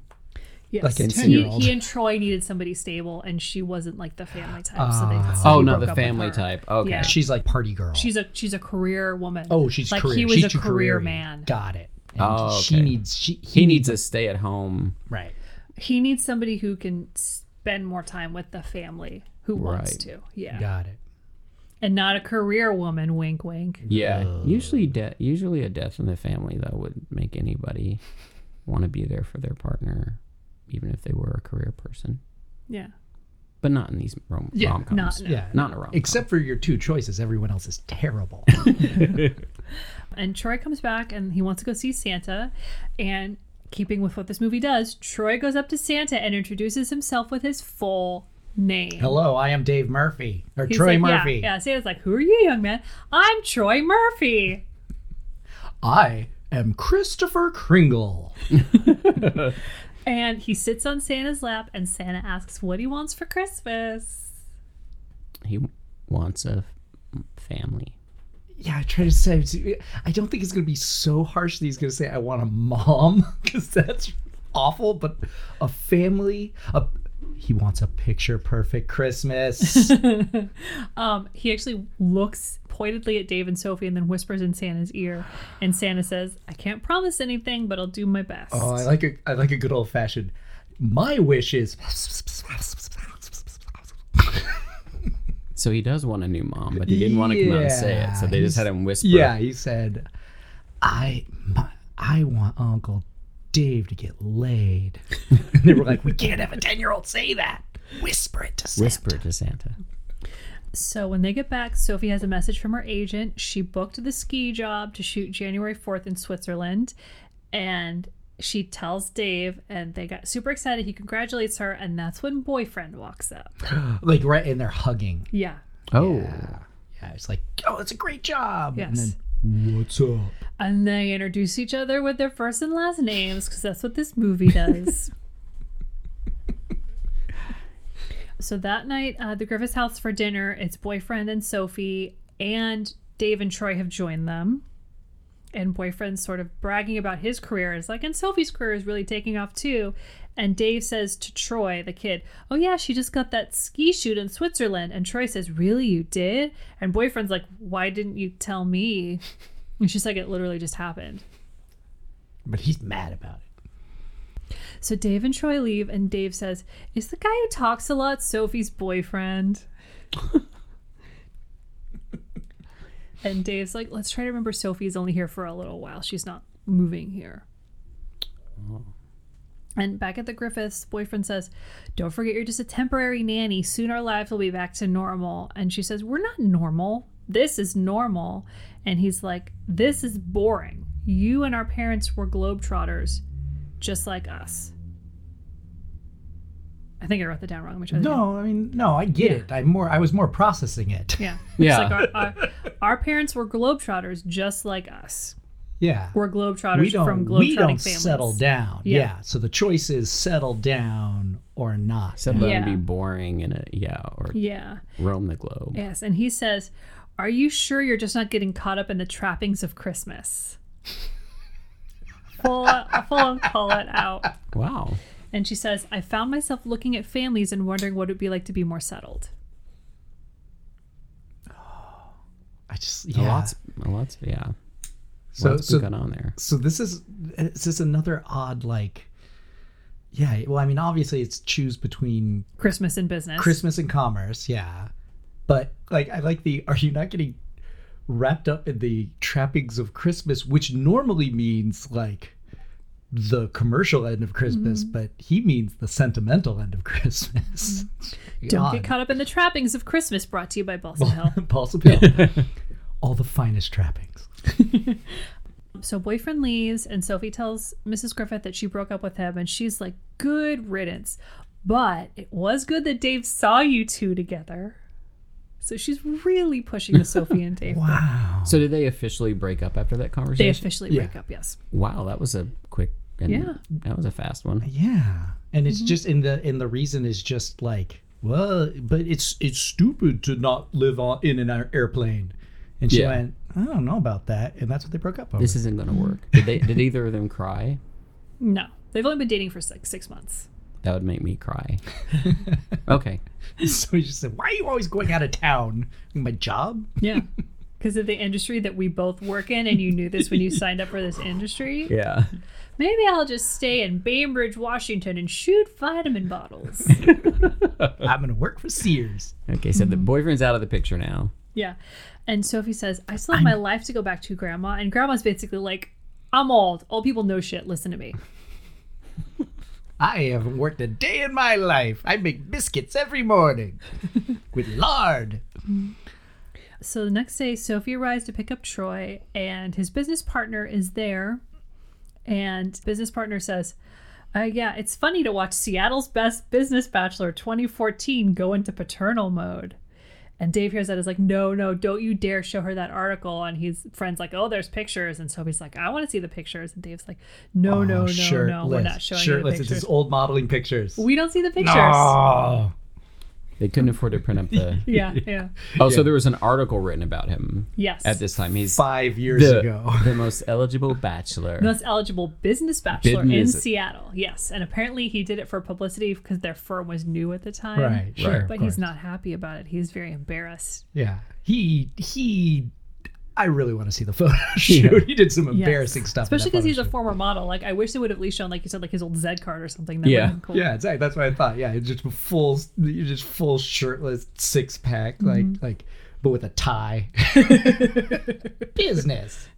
[SPEAKER 1] yes
[SPEAKER 2] Like a
[SPEAKER 1] he,
[SPEAKER 2] 10-year-old.
[SPEAKER 1] he and troy needed somebody stable and she wasn't like the family type so
[SPEAKER 2] Ah.
[SPEAKER 1] they so
[SPEAKER 3] Oh
[SPEAKER 1] he
[SPEAKER 3] no,
[SPEAKER 1] broke
[SPEAKER 3] the
[SPEAKER 1] up with
[SPEAKER 3] family
[SPEAKER 1] her.
[SPEAKER 3] type. Okay.
[SPEAKER 1] Yeah.
[SPEAKER 2] She's like party girl.
[SPEAKER 1] she's a she's a career woman
[SPEAKER 2] Oh, she's
[SPEAKER 1] like
[SPEAKER 2] career.
[SPEAKER 1] he was
[SPEAKER 2] she's
[SPEAKER 1] a
[SPEAKER 2] too
[SPEAKER 1] career
[SPEAKER 2] careery.
[SPEAKER 1] man
[SPEAKER 2] Got it. And
[SPEAKER 3] Oh,
[SPEAKER 2] she
[SPEAKER 3] okay.
[SPEAKER 2] needs. She, he,
[SPEAKER 3] He
[SPEAKER 2] needs.
[SPEAKER 3] needs a stay at home.
[SPEAKER 2] Right.
[SPEAKER 1] he needs somebody who can spend more time with the family who wants
[SPEAKER 3] Right.
[SPEAKER 1] to yeah.
[SPEAKER 2] Got it.
[SPEAKER 1] and not a career woman wink wink
[SPEAKER 3] Yeah. usually, de- usually a death in the family though would make anybody want to be there for their partner, even if they were a career person.
[SPEAKER 1] yeah
[SPEAKER 3] But not in these rom
[SPEAKER 2] Yeah,
[SPEAKER 3] rom coms.
[SPEAKER 1] not-
[SPEAKER 2] Yeah.
[SPEAKER 3] Not in a rom.
[SPEAKER 2] Except for your two choices, everyone else is terrible.
[SPEAKER 1] And Troy comes back and he wants to go see Santa. And keeping with what this movie does, Troy goes up to Santa and introduces himself with his full name.
[SPEAKER 2] Hello, I am Dave Murphy or
[SPEAKER 1] He's
[SPEAKER 2] Troy
[SPEAKER 1] like, yeah,
[SPEAKER 2] Murphy.
[SPEAKER 1] Yeah, See, I was like, who are you, young man? I'm Troy Murphy.
[SPEAKER 2] I am Christopher Kringle.
[SPEAKER 1] And he sits on Santa's lap, and Santa asks what he wants for Christmas.
[SPEAKER 3] He wants a family.
[SPEAKER 2] Yeah, I try to say. I don't think it's gonna be so harsh that he's gonna say I want a mom because that's awful. But a family, a he wants a picture perfect Christmas.
[SPEAKER 1] Um, he actually looks pointedly at Dave and Sophie and then whispers in Santa's ear. And Santa says, I can't promise anything, but I'll do my best.
[SPEAKER 2] oh, I like a I like a good old fashioned. My wish is.
[SPEAKER 3] So he does want a new mom, but he didn't want to come out and say it. So
[SPEAKER 2] Yeah,
[SPEAKER 3] they
[SPEAKER 2] he's-
[SPEAKER 3] just had him whisper.
[SPEAKER 2] Yeah, he said, I my, I want Uncle Dave to get laid. and they were like, we can't have a ten year old say that. Whisper it to Santa.
[SPEAKER 3] Whisper to Santa.
[SPEAKER 1] So when they get back, Sophie has a message from her agent. She booked the ski job to shoot January 4th in Switzerland. And she tells Dave, and they got super excited. He congratulates her, and that's when boyfriend walks up.
[SPEAKER 2] Like right in there hugging.
[SPEAKER 1] Yeah.
[SPEAKER 3] Oh.
[SPEAKER 2] Yeah, it's like, oh, it's a great job. And
[SPEAKER 1] Yes.
[SPEAKER 2] then, what's up?
[SPEAKER 1] And they introduce each other with their first and last names because that's what this movie does. so that night, uh, the Griffiths house for dinner, it's boyfriend and Sophie, and Dave and Troy have joined them. And boyfriend's sort of bragging about his career is like, and Sophie's career is really taking off too. And Dave says to Troy, the kid, Oh, yeah, she just got that ski shoot in Switzerland. And Troy says, Really, you did? And boyfriend's like, Why didn't you tell me? And she's like, it literally just happened.
[SPEAKER 2] But he's mad about it.
[SPEAKER 1] So Dave and Troy leave, and Dave says, Is the guy who talks a lot Sophie's boyfriend? and Dave's like, Let's try to remember Sophie's only here for a little while. She's not moving here. And back at the Griffiths, boyfriend says, Don't forget you're just a temporary nanny. Soon our lives will be back to normal. And she says, We're not normal. This is normal. And he's like, This is boring. You and our parents were globetrotters just like us. I think I wrote that down wrong. Let me try that again.
[SPEAKER 2] No, I mean, no, I get
[SPEAKER 1] Yeah.
[SPEAKER 2] it. I more, I was more processing it.
[SPEAKER 1] Yeah.
[SPEAKER 3] Yeah.
[SPEAKER 1] It's like our, our, our parents were globetrotters just like us.
[SPEAKER 2] Yeah.
[SPEAKER 1] We're globetrotters
[SPEAKER 2] we don't,
[SPEAKER 1] from globetrotting
[SPEAKER 2] we don't
[SPEAKER 1] families.
[SPEAKER 2] settle down.
[SPEAKER 1] Yeah.
[SPEAKER 2] Yeah. So the choice is settle down or not.
[SPEAKER 3] Said let him
[SPEAKER 1] Yeah.
[SPEAKER 3] be boring and a yeah, or
[SPEAKER 1] Yeah.
[SPEAKER 3] roam the globe.
[SPEAKER 1] Yes. And he says, Are you sure you're just not getting caught up in the trappings of Christmas? full, uh, full on call it out.
[SPEAKER 3] Wow.
[SPEAKER 1] And she says, I found myself looking at families and wondering what it would be like to be more settled.
[SPEAKER 2] I just,
[SPEAKER 3] A
[SPEAKER 2] yeah.
[SPEAKER 3] lot's a lot's yeah.
[SPEAKER 2] so,
[SPEAKER 3] What's
[SPEAKER 2] so
[SPEAKER 3] going on there?
[SPEAKER 2] so this is it's just another odd like yeah well i mean obviously it's choose between
[SPEAKER 1] Christmas in business.
[SPEAKER 2] christmas and commerce yeah but like i like the are you not getting wrapped up in the trappings of christmas which normally means like the commercial end of christmas
[SPEAKER 1] Mm-hmm.
[SPEAKER 2] but he means the sentimental end of christmas
[SPEAKER 1] Mm-hmm. Don't
[SPEAKER 2] God.
[SPEAKER 1] get caught up in the trappings of Christmas brought to you by Balsam Hill.
[SPEAKER 2] Balsam Hill. all the finest trappings
[SPEAKER 1] So boyfriend leaves, and Sophie tells Mrs. Griffith that she broke up with him, and she's like, "Good riddance." But it was good that Dave saw you two together. So she's really pushing the Sophie and Dave.
[SPEAKER 2] wow
[SPEAKER 3] So did they officially break up after that
[SPEAKER 1] They
[SPEAKER 3] conversation?
[SPEAKER 1] officially break up. Yes.
[SPEAKER 3] wow, that was a quick and
[SPEAKER 1] Yeah.
[SPEAKER 3] that was a fast one.
[SPEAKER 2] Yeah, and
[SPEAKER 3] Mm-hmm.
[SPEAKER 2] it's just in the in the reason is just like well, but it's it's stupid to not live on in an air- airplane. And she
[SPEAKER 3] Yeah.
[SPEAKER 2] went, I don't know about that, and that's what they broke up over.
[SPEAKER 3] This isn't gonna work. Did they did either of them cry?
[SPEAKER 1] No, they've only been dating for six six months.
[SPEAKER 3] That would make me cry. okay.
[SPEAKER 2] so he just said, "Why are you always going out of town? My job?
[SPEAKER 1] Yeah. Because of the industry that we both work in, and you knew this when you signed up for this industry.
[SPEAKER 3] Yeah.
[SPEAKER 1] Maybe I'll just stay in Bainbridge, Washington, and shoot vitamin bottles.
[SPEAKER 2] I'm gonna work for Sears."
[SPEAKER 3] Okay, so the boyfriend's out of the picture now.
[SPEAKER 1] Yeah. And Sophie says, I still have my life to go back to, Grandma. And Grandma's basically like, I'm old. Old people know shit. Listen to me.
[SPEAKER 2] I haven't worked a day in my life. I make biscuits every morning with lard.
[SPEAKER 1] So the next day, Sophie arrives to pick up Troy, and his business partner is there. And business partner says, Uh, yeah, it's funny to watch Seattle's Best Business Bachelor 2014 go into paternal mode. And Dave hears that is like, no, no, don't you dare show her that article. And his friend's like, oh, there's pictures. And Sophie's like, I want to see the pictures. And Dave's like,
[SPEAKER 3] Oh,
[SPEAKER 1] no, no, no, no, we're not showing you the
[SPEAKER 2] shirtless. It's
[SPEAKER 1] pictures.
[SPEAKER 2] his old modeling pictures.
[SPEAKER 1] we don't see the pictures.
[SPEAKER 2] No.
[SPEAKER 3] They couldn't afford to print up the.
[SPEAKER 1] Yeah, yeah.
[SPEAKER 3] Oh, so there was an article written about him.
[SPEAKER 1] Yes.
[SPEAKER 3] At this time, he's
[SPEAKER 2] Five years
[SPEAKER 3] the,
[SPEAKER 2] ago.
[SPEAKER 3] the most eligible bachelor.
[SPEAKER 1] Most eligible business bachelor in
[SPEAKER 3] Business.
[SPEAKER 1] Seattle. Yes. And apparently he did it for publicity because their firm was new at the time.
[SPEAKER 2] Right, sure, of
[SPEAKER 1] But
[SPEAKER 2] course.
[SPEAKER 1] he's not happy about it. He's very embarrassed.
[SPEAKER 2] Yeah. He he I really want to see the photo shoot. He did some
[SPEAKER 1] Yes.
[SPEAKER 2] embarrassing stuff. in that
[SPEAKER 1] Especially because
[SPEAKER 2] photo
[SPEAKER 1] he's a
[SPEAKER 2] shoot.
[SPEAKER 1] former model. Like I wish they would have at least shown, like you said, like his old Z card or something. That
[SPEAKER 3] Yeah.
[SPEAKER 1] would've been cool.
[SPEAKER 2] Yeah, exactly. That's what I thought. Yeah, it's just full you're just full shirtless six pack, like
[SPEAKER 1] Mm-hmm.
[SPEAKER 2] like but with a tie. Business.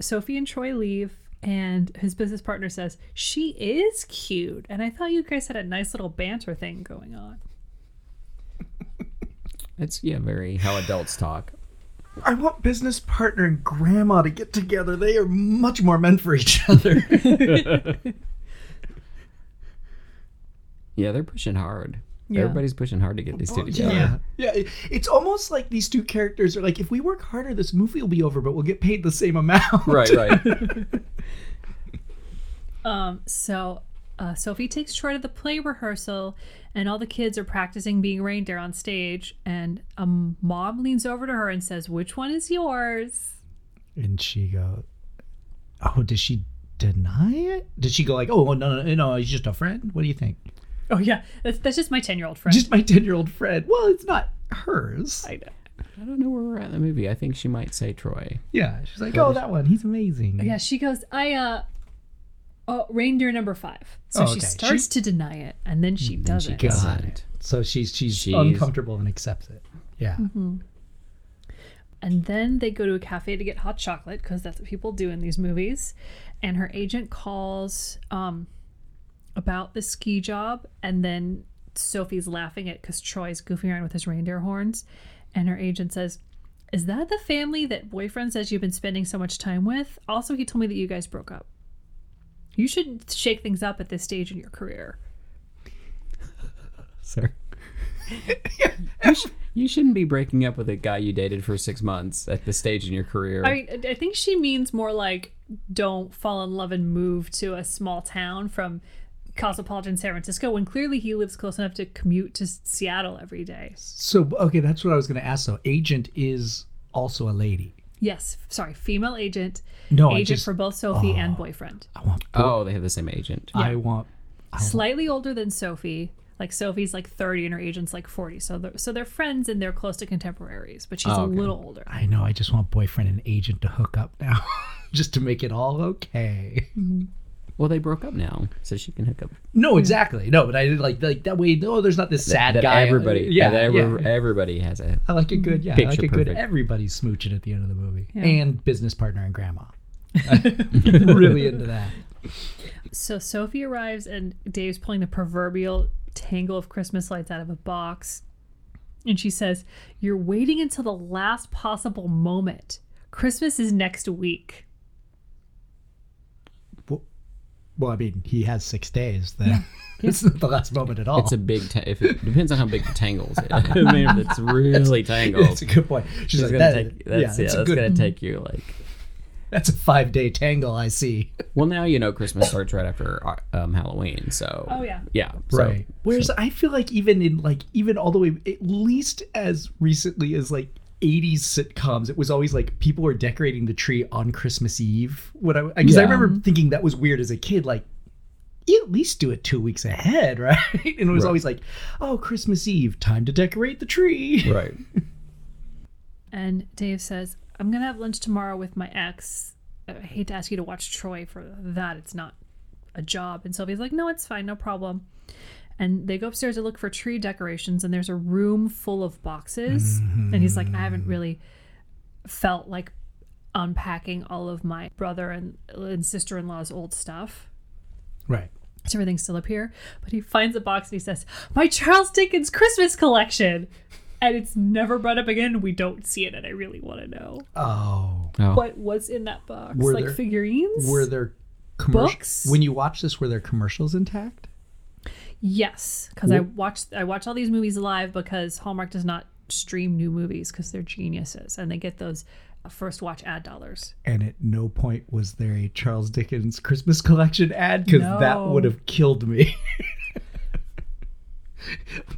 [SPEAKER 1] Sophie and Troy leave, and his business partner says she is cute. And I thought you guys had a nice little banter thing going on.
[SPEAKER 3] It's yeah, very how adults talk.
[SPEAKER 2] I want business partner and grandma to get together. They are much more meant for each other.
[SPEAKER 3] Yeah, they're pushing hard.
[SPEAKER 1] Yeah.
[SPEAKER 3] Everybody's pushing hard to get these two together.
[SPEAKER 2] Yeah. Yeah. it- It's almost like these two characters are like, if we work harder, this movie will be over, but we'll get paid the same amount.
[SPEAKER 3] Right, right.
[SPEAKER 1] Um, so uh, Sophie takes Troy to the play rehearsal, and all the kids are practicing being reindeer on stage. And a mom leans over to her and says, "Which one is yours?"
[SPEAKER 2] And she go, oh, did she deny it? Did she go like, oh, no, no, no, he's just a friend? What do you think?
[SPEAKER 1] Oh yeah, that's, that's just my ten-year-old friend.
[SPEAKER 2] Just my 10-year-old friend. Well, it's not hers.
[SPEAKER 1] I know.
[SPEAKER 3] I don't know where we're at in the movie. I think she might say Troy.
[SPEAKER 2] yeah. She's like, oh, that one. He's amazing.
[SPEAKER 1] Yeah, she goes, I, uh, oh, reindeer number five. So
[SPEAKER 2] Oh, okay.
[SPEAKER 1] she starts to deny it and Mm, then she doesn't.
[SPEAKER 2] Got it. So she's, she's
[SPEAKER 3] She's-
[SPEAKER 2] uncomfortable and accepts it. Yeah.
[SPEAKER 1] and then they go to a cafe to get hot chocolate because that's what people do in these movies. And her agent calls um, about the ski job. And then Sophie's laughing at because Troy's goofing around with his reindeer horns. And her agent says, Is that the family that boyfriend says you've been spending so much time with? Also, he told me that you guys broke up. You should shake things up at this stage in your career.
[SPEAKER 3] Sorry. you, sh- you shouldn't be breaking up with a guy you dated for six months at this stage in your career.
[SPEAKER 1] I mean, I think she means more like don't fall in love and move to a small town from cosmopolitan San Francisco when clearly he lives close enough to commute to Seattle every day.
[SPEAKER 2] So, okay, that's what I was going to ask, though. Agent is also a lady.
[SPEAKER 1] Yes, sorry, female agent,
[SPEAKER 2] No, I
[SPEAKER 1] agent
[SPEAKER 2] just,
[SPEAKER 1] for both Sophie and boyfriend.
[SPEAKER 2] I want,
[SPEAKER 3] oh, they have the same agent.
[SPEAKER 2] I want,
[SPEAKER 1] Slightly older than Sophie. Like Sophie's like 30 and her agent's like 40. So they're, so they're friends and they're close to contemporaries, but she's a
[SPEAKER 3] Oh, okay.
[SPEAKER 1] little older.
[SPEAKER 2] I know. I just want boyfriend and agent to hook up now, just to make it all okay.
[SPEAKER 3] Well, they broke up now, so she can hook up.
[SPEAKER 2] No, exactly. No, but I did like like that way. Oh, there's not this sad
[SPEAKER 3] Hmm. that
[SPEAKER 2] guy.
[SPEAKER 3] everybody,
[SPEAKER 2] Yeah,
[SPEAKER 3] that every-
[SPEAKER 2] yeah.
[SPEAKER 3] everybody has a.
[SPEAKER 2] I like a good. Yeah, I like
[SPEAKER 3] Picture
[SPEAKER 2] a good.
[SPEAKER 3] perfect.
[SPEAKER 2] Everybody's smooching at the end of the movie,
[SPEAKER 1] Yeah.
[SPEAKER 2] and business partner and grandma. really into that.
[SPEAKER 1] So Sophie arrives and Dave's pulling the proverbial tangle of Christmas lights out of a box. And she says, You're waiting until the last possible moment. Christmas is next week.
[SPEAKER 2] Well, I mean, he has six days. Then it's not the last moment at all.
[SPEAKER 3] It's a big. Ta- if it depends on how big the tangles. is. I mean, if it's really tangled,
[SPEAKER 2] That's a good point. She's,
[SPEAKER 3] it's
[SPEAKER 2] like,
[SPEAKER 3] gonna
[SPEAKER 2] that,
[SPEAKER 3] take.
[SPEAKER 2] yeah,
[SPEAKER 3] That's, yeah,
[SPEAKER 2] it's a
[SPEAKER 3] that's
[SPEAKER 2] good.
[SPEAKER 3] gonna take you like.
[SPEAKER 2] That's a five day tangle. I see.
[SPEAKER 3] Well, now you know Christmas starts right after uh, um, Halloween, so.
[SPEAKER 1] Oh, yeah.
[SPEAKER 3] Yeah. so-
[SPEAKER 2] Right. Whereas I feel like even in like even all the way at least as recently as like 80s sitcoms, it was always like people were decorating the tree on Christmas Eve. What I because I
[SPEAKER 3] Yeah.
[SPEAKER 2] remember thinking that was weird as a kid, like you at least do it two weeks ahead, right? And it was
[SPEAKER 3] Right.
[SPEAKER 2] always like, oh, Christmas Eve, time to decorate the tree.
[SPEAKER 3] Right.
[SPEAKER 1] And Dave says, I'm going to have lunch tomorrow with my ex. Uh, I hate to ask you to watch Troy for that. It's not a job. And Sophie's like, No, it's fine. No problem. And they go upstairs to look for tree decorations, and there's a room full of boxes. And he's like, I haven't really felt like unpacking all of my brother and, and sister in law's old stuff.
[SPEAKER 2] Right.
[SPEAKER 1] So everything's still up here. But he finds a box and he says, My Charles Dickens Christmas collection. And it's never brought up again. We don't see it, and I really want to know
[SPEAKER 2] Oh.
[SPEAKER 3] Oh.
[SPEAKER 1] what was in that box
[SPEAKER 2] Were
[SPEAKER 1] like
[SPEAKER 2] there-
[SPEAKER 1] figurines
[SPEAKER 2] Were there commercial-
[SPEAKER 1] Books?
[SPEAKER 2] When you watch this, were there commercials intact?
[SPEAKER 1] Yes, because I watched I watch all these movies live because Hallmark does not stream new movies because they're geniuses and they get those uh, first watch ad dollars.
[SPEAKER 2] And at no point was there a Charles Dickens Christmas collection ad because that
[SPEAKER 1] No.
[SPEAKER 2] would have killed me.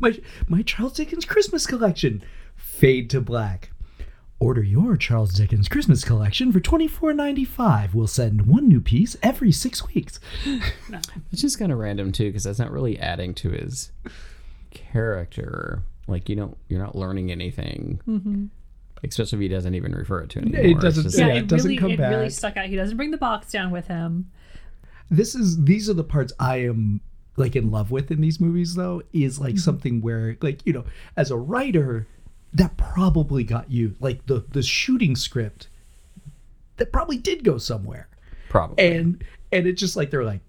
[SPEAKER 2] my my Charles Dickens Christmas collection fade to black. Order your Charles Dickens Christmas collection for twenty four ninety five. We'll send one new piece every six weeks.
[SPEAKER 3] It's just kind of random too, because that's not really adding to his character. Like you don't, you're not learning anything. Especially if he doesn't even refer it to anymore. It's
[SPEAKER 2] doesn't-
[SPEAKER 3] just-
[SPEAKER 2] Yeah, it doesn't
[SPEAKER 1] really
[SPEAKER 2] come
[SPEAKER 1] it really
[SPEAKER 2] back.
[SPEAKER 1] stuck out. He doesn't bring the box down with him.
[SPEAKER 2] this is these are the parts I am like in love with in these movies though is like something where like you know as a writer that probably got you like the the shooting script that probably did go somewhere
[SPEAKER 3] probably.
[SPEAKER 2] and and it's just like they're like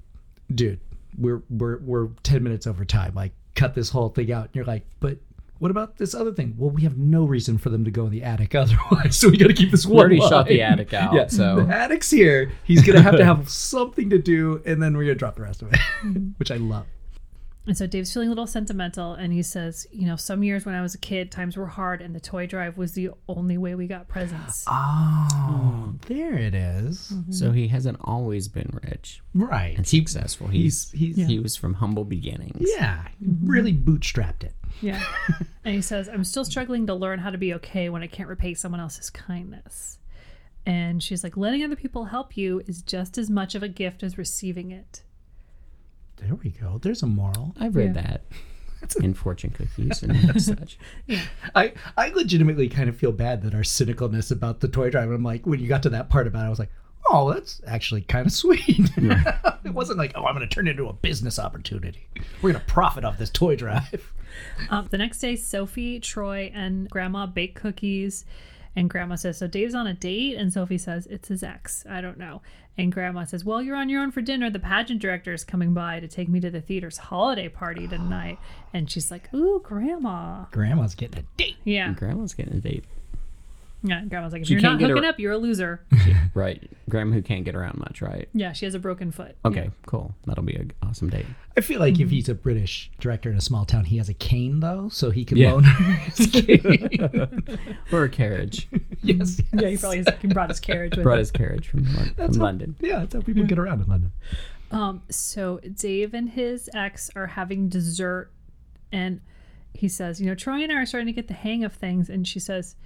[SPEAKER 2] dude we're we're we're 10 minutes over time like cut this whole thing out and you're like but what about this other thing? Well, we have no reason for them to go in the attic otherwise, so we got to keep this one.
[SPEAKER 3] already shot the
[SPEAKER 2] line.
[SPEAKER 3] attic out,
[SPEAKER 2] Yeah,
[SPEAKER 3] so-
[SPEAKER 2] the attic's here. He's gonna have to have something to do, and then we're gonna drop the rest of it, which I love.
[SPEAKER 1] And so Dave's feeling a little sentimental and he says, you know, some years when I was a kid, times were hard and the toy drive was the only way we got presents.
[SPEAKER 2] Ah. Oh, there it is.
[SPEAKER 3] so he hasn't always been rich
[SPEAKER 2] Right.
[SPEAKER 3] and successful. He's,
[SPEAKER 2] He's-
[SPEAKER 3] he's,
[SPEAKER 2] he's-
[SPEAKER 3] he was from humble beginnings.
[SPEAKER 2] Yeah, really bootstrapped it.
[SPEAKER 1] Yeah. and he says, I'm still struggling to learn how to be okay when I can't repay someone else's kindness. And she's like, letting other people help you is just as much of a gift as receiving it.
[SPEAKER 2] There we go. There's a moral.
[SPEAKER 3] I've read that in fortune cookies and such.
[SPEAKER 2] I, I legitimately kind of feel bad that our cynicalness about the toy drive. I'm like, when you got to that part about it, I was like, oh, that's actually kind of sweet. it wasn't like, oh, I'm going to turn it into a business opportunity. We're going to profit off this toy drive.
[SPEAKER 1] Um, the next day, Sophie, Troy, and Grandma bake cookies. And Grandma says, So Dave's on a date. And Sophie says, It's his ex. I don't know. And Grandma says, Well, you're on your own for dinner. The pageant director is coming by to take me to the theater's holiday party tonight. And she's like, Ooh, Grandma.
[SPEAKER 2] Grandma's getting a date.
[SPEAKER 1] Yeah.
[SPEAKER 3] Grandma's getting a date.
[SPEAKER 1] Yeah. And Grandma's like, If
[SPEAKER 3] She
[SPEAKER 1] you're not
[SPEAKER 3] can't get
[SPEAKER 1] hooking
[SPEAKER 3] her-
[SPEAKER 1] up, you're a loser.
[SPEAKER 3] Right. Grandma who can't get around much, right?
[SPEAKER 1] Yeah, she has a broken foot.
[SPEAKER 3] Okay, cool. That'll be an awesome date.
[SPEAKER 2] I feel like if he's a British director in a small town, he has a cane, though, so he can
[SPEAKER 3] Yeah.
[SPEAKER 2] loan her his cane.
[SPEAKER 3] Or a carriage.
[SPEAKER 2] yes,
[SPEAKER 1] Yeah, he probably has, he brought his carriage with
[SPEAKER 3] Brought
[SPEAKER 1] him.
[SPEAKER 3] his carriage from, Lon- from London.
[SPEAKER 2] Yeah, that's how people get around in London.
[SPEAKER 1] Um, so Dave and his ex are having dessert, and he says, "You know, Troy and I are starting to get the hang of things." And she says,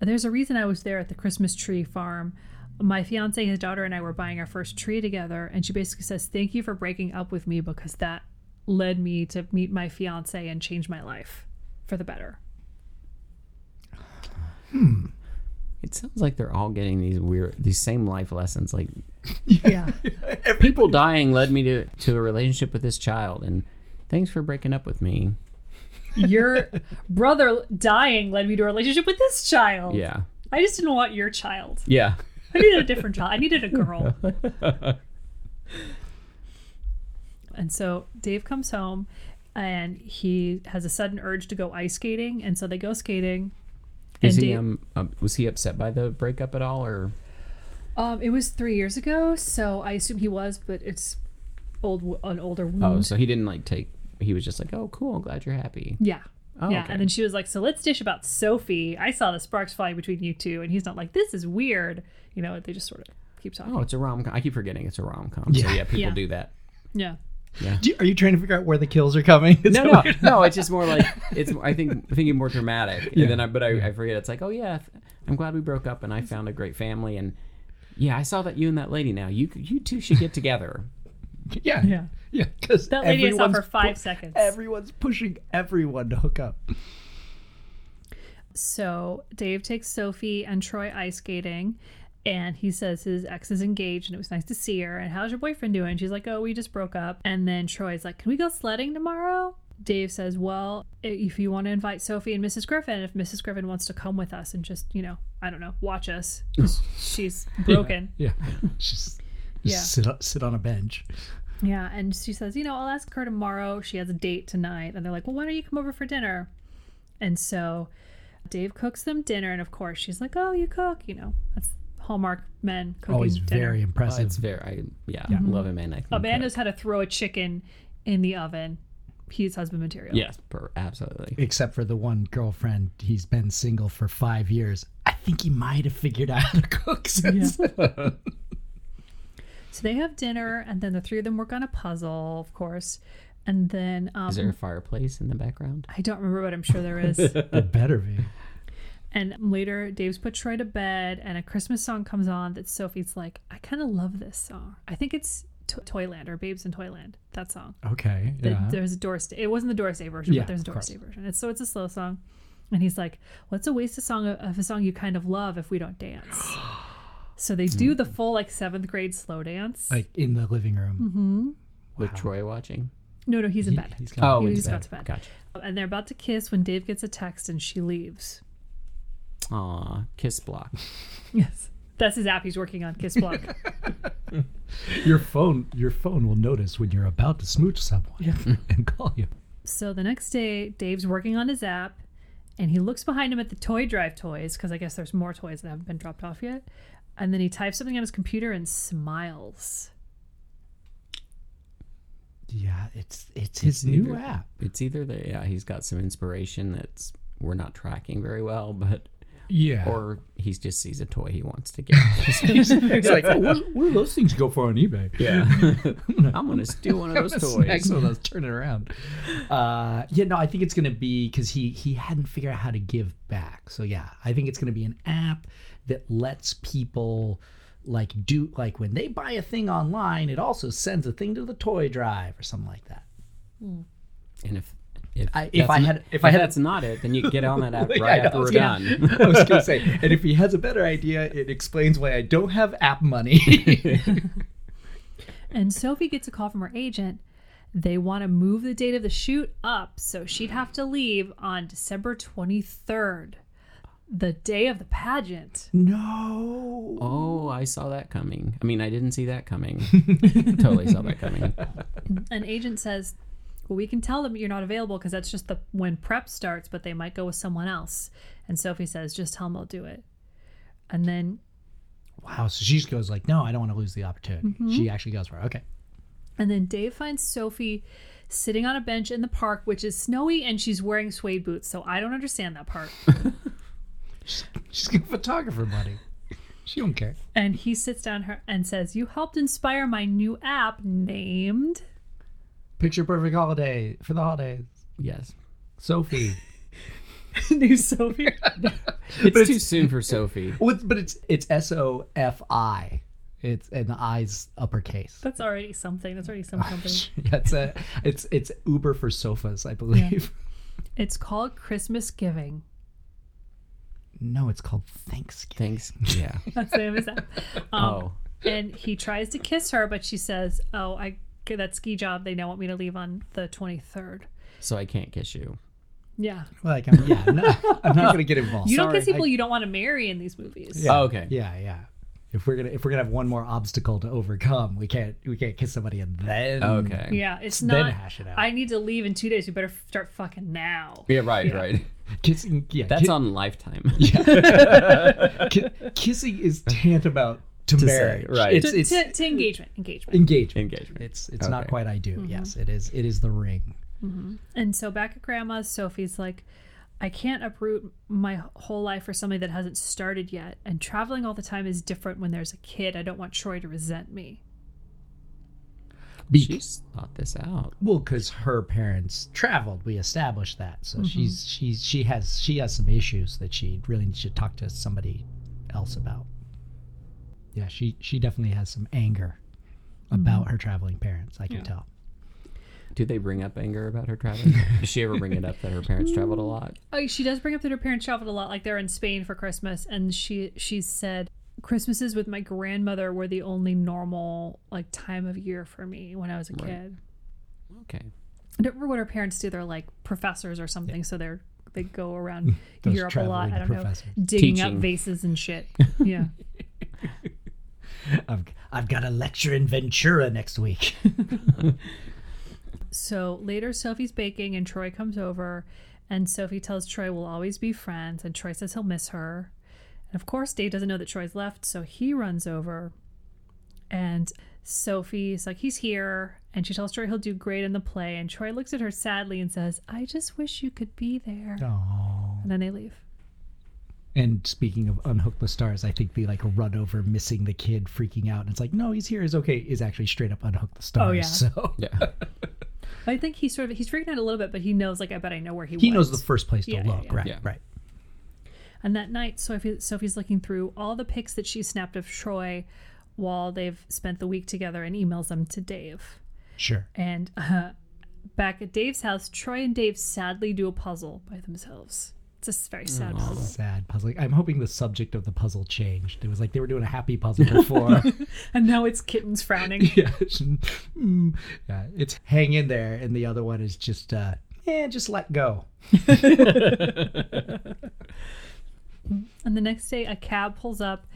[SPEAKER 1] "There's a reason I was there at the Christmas tree farm. My fiance, his daughter, and I were buying our first tree together." And she basically says, "Thank you for breaking up with me because that led me to meet my fiance and change my life for the better."
[SPEAKER 3] It sounds like they're all getting these weird, these same life lessons. Like
[SPEAKER 1] Yeah,
[SPEAKER 3] people dying led me to to a relationship with this child, and thanks for breaking up with me.
[SPEAKER 1] your brother dying led me to a relationship with this child.
[SPEAKER 3] Yeah,
[SPEAKER 1] I just didn't want your child.
[SPEAKER 3] yeah.
[SPEAKER 1] I needed a different child. I needed a girl. and so Dave comes home and he has a sudden urge to go ice skating. And so they go skating.
[SPEAKER 3] Is
[SPEAKER 1] and
[SPEAKER 3] he
[SPEAKER 1] Dave-
[SPEAKER 3] um, um was he upset by the breakup at all, or
[SPEAKER 1] um, it was three years ago. So I assume he was, but it's old, an older wound.
[SPEAKER 3] oh, so he didn't like take? He was just like, oh, cool. I'm glad you're happy.
[SPEAKER 1] Yeah.
[SPEAKER 3] Oh,
[SPEAKER 1] yeah.
[SPEAKER 3] okay.
[SPEAKER 1] And then she was like, So let's dish about Sophie. I saw the sparks flying between you two. And he's not like, This is weird. You know, they just sort of keep talking.
[SPEAKER 3] Oh, it's a rom com. I keep forgetting it's a rom com.
[SPEAKER 2] Yeah.
[SPEAKER 3] So yeah, people
[SPEAKER 1] Yeah.
[SPEAKER 3] do that.
[SPEAKER 1] Yeah.
[SPEAKER 2] Do you, are you trying to figure out where the kills are coming? Is that
[SPEAKER 3] No, no,
[SPEAKER 2] what you're-
[SPEAKER 3] no. It's just more like it's. I think thinking more dramatic, and then I but I, I forget. It's like, oh yeah, th- I'm glad we broke up, and I found a great family, and yeah, I saw that you and that lady now. You you two should get together.
[SPEAKER 2] Yeah,
[SPEAKER 1] Yeah.
[SPEAKER 2] yeah. Because
[SPEAKER 1] That lady I saw for five seconds.
[SPEAKER 2] Everyone's pushing everyone to hook up.
[SPEAKER 1] So Dave takes Sophie and Troy ice skating, and he says his ex is engaged, and it was nice to see her. And how's your boyfriend doing? She's like, oh, we just broke up. And then Troy's like, can we go sledding tomorrow? Dave says, well, if you want to invite Sophie and Mrs. Griffin, if Mrs. Griffin wants to come with us and just, you know, I don't know, watch us, 'cause she's broken.
[SPEAKER 2] Yeah. Just,
[SPEAKER 1] Yeah.
[SPEAKER 2] just sit up, sit on a bench.
[SPEAKER 1] Yeah, and she says, you know, I'll ask her tomorrow. She has a date tonight, and they're like, well, why don't you come over for dinner? And so Dave cooks them dinner, and of course she's like, oh, you cook, you know, that's Hallmark men cooking
[SPEAKER 2] Always
[SPEAKER 1] dinner.
[SPEAKER 2] very
[SPEAKER 3] Uh,
[SPEAKER 2] impressive.
[SPEAKER 3] it's very, I, yeah, love him and I think.
[SPEAKER 1] a man
[SPEAKER 3] that-
[SPEAKER 1] knows how to throw a chicken in the oven. He's husband material.
[SPEAKER 3] Yes, per, absolutely.
[SPEAKER 2] Except for the one girlfriend, he's been single for five years. I think he might have figured out how to cook since.
[SPEAKER 1] So they have dinner, and then the three of them work on a puzzle, of course. And then um,
[SPEAKER 3] Is there a fireplace in the background?
[SPEAKER 1] I don't remember, but I'm sure there is.
[SPEAKER 2] It better be.
[SPEAKER 1] and later, Dave's put Troy to bed, and a Christmas song comes on that Sophie's like, I kind of love this song. I think it's to- Toyland or Babes in Toyland, that song.
[SPEAKER 2] Okay.
[SPEAKER 1] The-
[SPEAKER 2] Yeah.
[SPEAKER 1] There's a Doris Day. It wasn't the Doris Day version,
[SPEAKER 2] Yeah,
[SPEAKER 1] but there's a
[SPEAKER 2] of
[SPEAKER 1] Doris
[SPEAKER 2] course.
[SPEAKER 1] Day version. It's, so it's a slow song. And he's like, what's a waste of song of a song you kind of love if we don't dance? So they do the full like seventh grade slow dance.
[SPEAKER 2] Like in the living room.
[SPEAKER 3] With Troy watching?
[SPEAKER 1] no, no, he's in Mm-hmm. bed.
[SPEAKER 2] He's got-
[SPEAKER 1] He
[SPEAKER 3] it's
[SPEAKER 1] just got to bed.
[SPEAKER 3] Gotcha.
[SPEAKER 1] And they're about to kiss when Dave gets a text and she leaves.
[SPEAKER 3] Aw, kiss block.
[SPEAKER 1] Yes. That's his app he's working on, Kiss Block.
[SPEAKER 2] your phone. Your phone will notice when you're about to smooch someone and call you.
[SPEAKER 1] so the next day, Dave's working on his app and he looks behind him at the toy drive toys because I guess there's more toys that haven't been dropped off yet. And then he types something on his computer and smiles.
[SPEAKER 2] Yeah, it's it's his new app.
[SPEAKER 3] It's either that, yeah, he's got some inspiration that's we're not tracking very well, but
[SPEAKER 2] Yeah.
[SPEAKER 3] or he just sees a toy he wants to get.
[SPEAKER 2] it's like, oh, what, what do those things go for on eBay?
[SPEAKER 3] yeah, I'm gonna steal one of those
[SPEAKER 2] Next
[SPEAKER 3] toys.
[SPEAKER 2] one, let's turn it around. Uh, yeah, no, I think it's going to be because he he hadn't figured out how to give back. So yeah, I think it's going to be an app that lets people like do like when they buy a thing online, it also sends a thing to the toy drive or something like that.
[SPEAKER 3] And if if,
[SPEAKER 2] I- if
[SPEAKER 3] that's
[SPEAKER 2] I
[SPEAKER 3] not-
[SPEAKER 2] had- if I had-
[SPEAKER 3] that's not it, then you get on that app
[SPEAKER 2] Like,
[SPEAKER 3] right
[SPEAKER 2] I know,
[SPEAKER 3] after we're
[SPEAKER 2] yeah.
[SPEAKER 3] done.
[SPEAKER 2] I was going to say, and if he has a better idea, it explains why I don't have app money.
[SPEAKER 1] And Sophie gets a call from her agent. They want to move the date of the shoot up, so she'd have to leave on December 23rd, the day of the pageant.
[SPEAKER 2] no.
[SPEAKER 3] Oh, I saw that coming. I mean, I didn't see that coming. totally saw that coming.
[SPEAKER 1] An agent says, Well, we can tell them you're not available because that's just the when prep starts, but they might go with someone else. And Sophie says, Just tell them I'll do it. And then
[SPEAKER 2] Wow. So she just goes like, no, I don't want to lose the opportunity. She actually goes for it. Okay.
[SPEAKER 1] and then Dave finds Sophie sitting on a bench in the park, which is snowy, and she's wearing suede boots. So I don't understand that part.
[SPEAKER 2] She's got photographer money. She don't care.
[SPEAKER 1] And he sits down her and says, "You helped inspire my new app named."
[SPEAKER 2] Picture perfect holiday for the holidays.
[SPEAKER 3] Yes,
[SPEAKER 2] Sophie.
[SPEAKER 1] new Sophie.
[SPEAKER 3] it's,
[SPEAKER 2] it's-
[SPEAKER 3] too soon for Sophie.
[SPEAKER 2] well, it's- but it's it's S O F I. It's and the I's uppercase.
[SPEAKER 1] That's already something. That's already some something.
[SPEAKER 2] Yeah, it's a it's it's Uber for sofas, I believe.
[SPEAKER 1] It's called Christmas Giving.
[SPEAKER 2] No, it's called Thanksgiving.
[SPEAKER 3] Thanks. Yeah.
[SPEAKER 1] That's the name of his app. Um,
[SPEAKER 3] Oh,
[SPEAKER 1] And he tries to kiss her, but she says, "Oh, I get that ski job. They now want me to leave on the 23rd."
[SPEAKER 3] so I can't kiss you.
[SPEAKER 1] Yeah,
[SPEAKER 2] Like I'm, yeah, I'm not, I'm not gonna get involved.
[SPEAKER 1] you don't
[SPEAKER 2] Sorry.
[SPEAKER 1] kiss people you don't want to marry in these movies.
[SPEAKER 2] Yeah.
[SPEAKER 3] Oh, okay.
[SPEAKER 2] Yeah, yeah. If we're gonna if we're gonna have one more obstacle to overcome, we can't we can't kiss somebody and then
[SPEAKER 3] Okay.
[SPEAKER 1] Yeah, it's
[SPEAKER 2] Then
[SPEAKER 1] not.
[SPEAKER 2] hash it out.
[SPEAKER 1] I need to leave in two days. You better f- start fucking now.
[SPEAKER 3] Yeah, right, right.
[SPEAKER 2] kissing yeah
[SPEAKER 3] That's
[SPEAKER 2] ki-
[SPEAKER 3] on Lifetime.
[SPEAKER 2] ki- kissing is tantamount to, marriage
[SPEAKER 3] right.
[SPEAKER 2] it's,
[SPEAKER 1] To,
[SPEAKER 2] it's
[SPEAKER 1] to, to engagement, engagement.
[SPEAKER 2] engagement
[SPEAKER 3] Engagement.
[SPEAKER 2] It's it's not
[SPEAKER 3] Okay.
[SPEAKER 2] quite I
[SPEAKER 1] Mm-hmm.
[SPEAKER 2] do. Yes, it is. It is the ring.
[SPEAKER 1] And so back at grandma's, Sophie's like, I can't uproot my whole life for somebody that hasn't started yet. And traveling all the time is different when there's a kid. I don't want Troy to resent me.
[SPEAKER 2] Be-
[SPEAKER 3] She's thought this out.
[SPEAKER 2] well, because her parents traveled, we established that. So
[SPEAKER 1] Mm-hmm.
[SPEAKER 2] she's she's she has she has some issues that she really needs to talk to somebody else about. Yeah, she she definitely has some anger
[SPEAKER 1] Mm-hmm.
[SPEAKER 2] about her traveling parents. I can tell.
[SPEAKER 3] Do they bring up anger about her traveling? Does she ever bring it up that her parents traveled a lot?
[SPEAKER 1] Oh, she does bring up that her parents traveled a lot, like they're in Spain for Christmas, and she she said Christmases with my grandmother were the only normal like time of year for me when I was a kid.
[SPEAKER 3] Okay.
[SPEAKER 1] I don't remember what her parents do. They're like professors or something, so they're they go around
[SPEAKER 2] Those
[SPEAKER 1] Europe a lot.
[SPEAKER 2] traveling
[SPEAKER 1] I don't
[SPEAKER 2] professors.
[SPEAKER 1] know, digging up
[SPEAKER 3] Teaching.
[SPEAKER 1] vases and shit. Yeah.
[SPEAKER 2] I've I've got a lecture in Ventura next week.
[SPEAKER 1] So later, Sophie's baking and Troy comes over, and Sophie tells Troy we'll always be friends, and Troy says he'll miss her. And of course, Dave doesn't know that Troy's left, so he runs over. And Sophie's like, he's here. And she tells Troy he'll do great in the play. And Troy looks at her sadly and says, I just wish you could be there.
[SPEAKER 2] Oh.
[SPEAKER 1] And then they leave.
[SPEAKER 2] And speaking of unhook the stars, I think the like run over missing the kid freaking out and it's like, no, he's here, is okay, is actually straight up unhook the stars.
[SPEAKER 1] Oh, yeah.
[SPEAKER 2] So
[SPEAKER 3] Yeah.
[SPEAKER 1] I think he's sort of, he's freaking out a little bit, but he knows, like, I bet I know where he
[SPEAKER 2] he
[SPEAKER 1] was.
[SPEAKER 2] knows the first place to
[SPEAKER 1] Yeah, yeah,
[SPEAKER 2] look,
[SPEAKER 1] yeah.
[SPEAKER 2] right?
[SPEAKER 3] Yeah.
[SPEAKER 2] Right.
[SPEAKER 1] And that night, Sophie, Sophie's looking through all the pics that she snapped of Troy while they've spent the week together and emails them to Dave.
[SPEAKER 2] Sure.
[SPEAKER 1] And uh, back at Dave's house, Troy and Dave sadly do a puzzle by themselves. It's a s- very sad puzzle.
[SPEAKER 2] Sad puzzle. I'm hoping the subject of the puzzle changed. It was like they were doing a happy puzzle before.
[SPEAKER 1] And now it's kittens frowning.
[SPEAKER 2] yeah. Mm. yeah. It's hang in there, and the other one is just, uh, eh, just let go.
[SPEAKER 1] And the next day, a cab pulls up,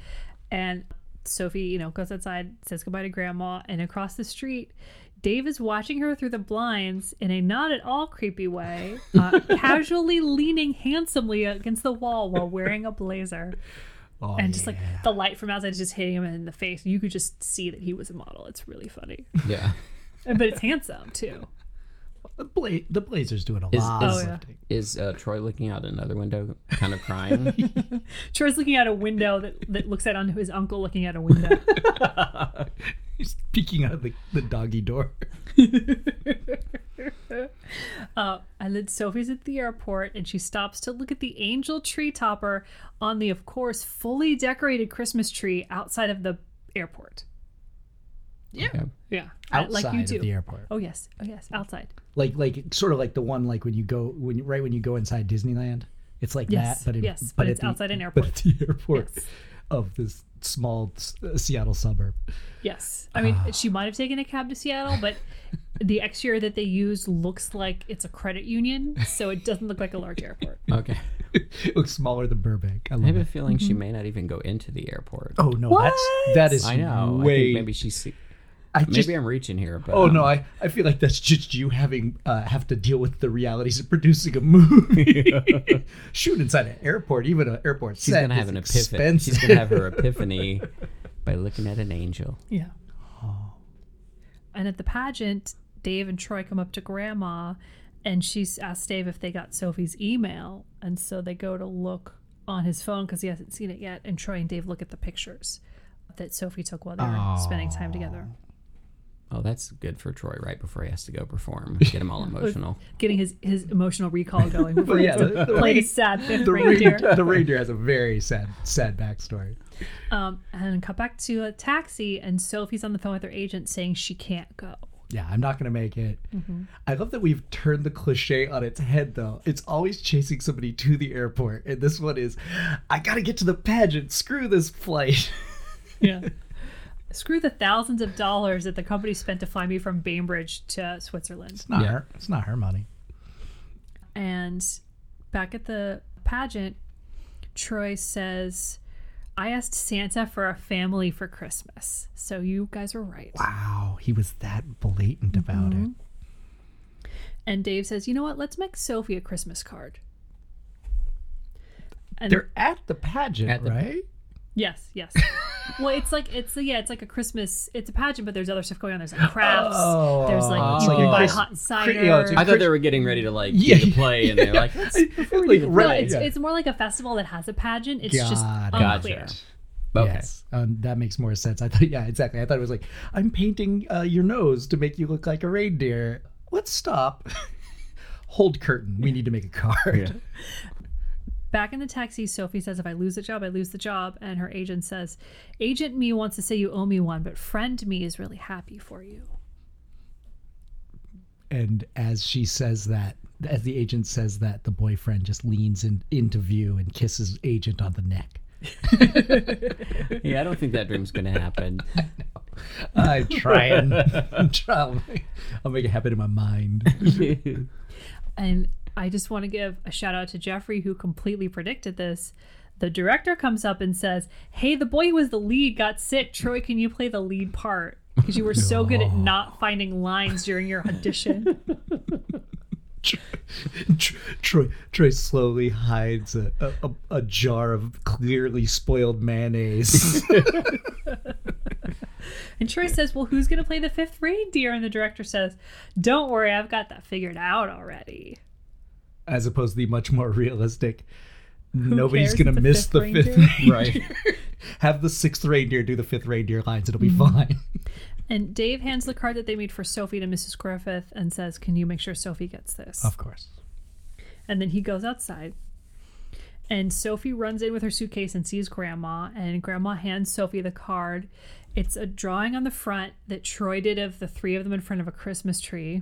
[SPEAKER 1] and Sophie, you know, goes outside, says goodbye to Grandma, and across the street, Dave is watching her through the blinds in a not at all creepy way, uh, casually leaning handsomely against the wall while wearing a blazer,
[SPEAKER 2] Oh,
[SPEAKER 1] and just like
[SPEAKER 2] yeah.
[SPEAKER 1] the light from outside is just hitting him in the face. You could just see that he was a model. It's really funny,
[SPEAKER 3] Yeah.
[SPEAKER 1] but it's handsome too.
[SPEAKER 2] the, bla- the blazer's doing a
[SPEAKER 3] Is-
[SPEAKER 2] lot
[SPEAKER 1] Oh,
[SPEAKER 2] of
[SPEAKER 1] yeah.
[SPEAKER 2] lifting.
[SPEAKER 3] Is uh, Troy looking out another window, kind of crying?
[SPEAKER 1] Troy's looking out a window that, that looks out onto his uncle looking out a window.
[SPEAKER 2] He's peeking out the, the doggy door.
[SPEAKER 1] Uh, and then Sophie's at the airport and she stops to look at the angel tree topper on the, of course, fully decorated Christmas tree outside of the airport.
[SPEAKER 3] yeah.
[SPEAKER 1] Yeah.
[SPEAKER 2] Outside
[SPEAKER 1] like you
[SPEAKER 2] of
[SPEAKER 1] do.
[SPEAKER 2] the airport.
[SPEAKER 1] oh, yes. Oh, yes. Outside.
[SPEAKER 2] Like like sort of like the one like when you go when you, right when you go inside Disneyland. It's like
[SPEAKER 1] Yes,
[SPEAKER 2] that, but in,
[SPEAKER 1] yes, but
[SPEAKER 2] at
[SPEAKER 1] it's outside an
[SPEAKER 2] But at the airport
[SPEAKER 1] Yes.
[SPEAKER 2] of this small uh, Seattle suburb.
[SPEAKER 1] Yes. I
[SPEAKER 2] Ah.
[SPEAKER 1] mean, she might have taken a cab to Seattle, but the exterior that they used looks like it's a credit union. So it doesn't look like a large airport.
[SPEAKER 3] Okay.
[SPEAKER 2] it looks smaller than Burbank. I
[SPEAKER 3] I
[SPEAKER 2] love
[SPEAKER 3] have a
[SPEAKER 2] it.
[SPEAKER 3] feeling she may not even go into the airport.
[SPEAKER 2] Oh no, that's that is
[SPEAKER 3] I know. I
[SPEAKER 2] way.
[SPEAKER 3] think maybe she's.
[SPEAKER 2] I
[SPEAKER 3] Maybe
[SPEAKER 2] just
[SPEAKER 3] I'm reaching here, but
[SPEAKER 2] Oh no,
[SPEAKER 3] um,
[SPEAKER 2] I, I feel like that's just you having uh, have to deal with the realities of producing a movie. Shoot inside an airport, even an airport
[SPEAKER 3] she's
[SPEAKER 2] set
[SPEAKER 3] gonna have
[SPEAKER 2] is
[SPEAKER 3] an epiphany.
[SPEAKER 2] expensive.
[SPEAKER 3] She's gonna have her epiphany by looking at an angel.
[SPEAKER 1] Yeah. And at the pageant, Dave and Troy come up to Grandma, and she asks Dave if they got Sophie's email, and so they go to look on his phone because he hasn't seen it yet. And Troy and Dave look at the pictures that Sophie took while they were spending time together,
[SPEAKER 3] Oh, that's good for Troy right before he has to go perform. Get him all emotional.
[SPEAKER 1] getting his his emotional recall going.
[SPEAKER 2] But
[SPEAKER 1] Before yeah,
[SPEAKER 2] yeah, the, the,
[SPEAKER 1] play
[SPEAKER 2] rein-
[SPEAKER 1] his sad fifth
[SPEAKER 2] the
[SPEAKER 1] reindeer.
[SPEAKER 2] reindeer, the reindeer has a very sad sad backstory.
[SPEAKER 1] Um, and cut back to a taxi, and Sophie's on the phone with her agent saying she can't go.
[SPEAKER 2] Yeah, I'm not gonna make it. I love that we've turned the cliche on its head though. It's always chasing somebody to the airport, and this one is, I gotta get to the pageant. Screw this flight.
[SPEAKER 1] Yeah. Screw the thousands of dollars that the company spent to fly me from Bainbridge to Switzerland.
[SPEAKER 2] Not
[SPEAKER 3] Yeah.
[SPEAKER 2] her. It's not her money.
[SPEAKER 1] And back at the pageant, Troy says, I asked Santa for a family for Christmas. So you guys were right.
[SPEAKER 2] Wow, he was that blatant about it.
[SPEAKER 1] And Dave says, You know what? Let's make Sophie a Christmas card. And
[SPEAKER 2] They're at the pageant,
[SPEAKER 3] At the-
[SPEAKER 2] right?
[SPEAKER 1] yes, yes. well, it's like, it's, yeah, it's like a Christmas, it's a pageant, but there's other stuff going on. There's like crafts. there's like,
[SPEAKER 2] Oh.
[SPEAKER 1] you
[SPEAKER 2] Like
[SPEAKER 1] can
[SPEAKER 2] a
[SPEAKER 1] buy
[SPEAKER 2] Chris-
[SPEAKER 1] hot cider.
[SPEAKER 2] cre- yeah, it's a
[SPEAKER 3] I thought
[SPEAKER 2] Chris-
[SPEAKER 3] they were getting ready to like
[SPEAKER 2] Yeah,
[SPEAKER 3] get to play, and they're like, "Let's
[SPEAKER 2] Like,
[SPEAKER 1] No,
[SPEAKER 2] right,
[SPEAKER 1] it's,
[SPEAKER 2] yeah.
[SPEAKER 1] it's more like a festival that has a pageant. It's just
[SPEAKER 2] Got it.
[SPEAKER 1] unclear.
[SPEAKER 3] Gotcha. okay,
[SPEAKER 2] Yes, um, that makes more sense. I thought, yeah, exactly. I thought it was like, I'm painting uh, your nose to make you look like a reindeer. Let's stop. Hold curtain. We need to make a card.
[SPEAKER 1] Back in the taxi, Sophie says, If I lose the job, I lose the job. And her agent says, Agent me wants to say you owe me one, but friend me is really happy for you.
[SPEAKER 2] And as she says that, as the agent says that, the boyfriend just leans in, into view and kisses agent on the neck.
[SPEAKER 3] yeah, I don't think that dream's gonna happen.
[SPEAKER 2] I'm trying. I'm trying. I'll make it happen in my mind.
[SPEAKER 1] And I just want to give a shout out to Jeffrey, who completely predicted this. The director comes up and says, Hey, the boy who was the lead got sick. Troy, can you play the lead part? Because you were so good at not finding lines during your audition.
[SPEAKER 2] Tr- Troy, Troy slowly hides a, a, a, a jar of clearly spoiled mayonnaise.
[SPEAKER 1] And Troy says, Well, who's going to play the fifth reindeer? And the director says, Don't worry, I've got that figured out already.
[SPEAKER 2] as opposed to the much more realistic. Nobody's
[SPEAKER 1] cares?
[SPEAKER 2] gonna
[SPEAKER 1] It's the
[SPEAKER 2] miss
[SPEAKER 1] fifth
[SPEAKER 2] the fifth reindeer. Right. Have the sixth reindeer do the fifth reindeer lines. It'll be
[SPEAKER 1] Mm-hmm.
[SPEAKER 2] fine.
[SPEAKER 1] And Dave hands the card that they made for Sophie to Mrs. Griffith and says, Can you make sure Sophie gets this?
[SPEAKER 2] Of course.
[SPEAKER 1] And then he goes outside. And Sophie runs in with her suitcase and sees Grandma. And Grandma hands Sophie the card. It's a drawing on the front that Troy did of the three of them in front of a Christmas tree.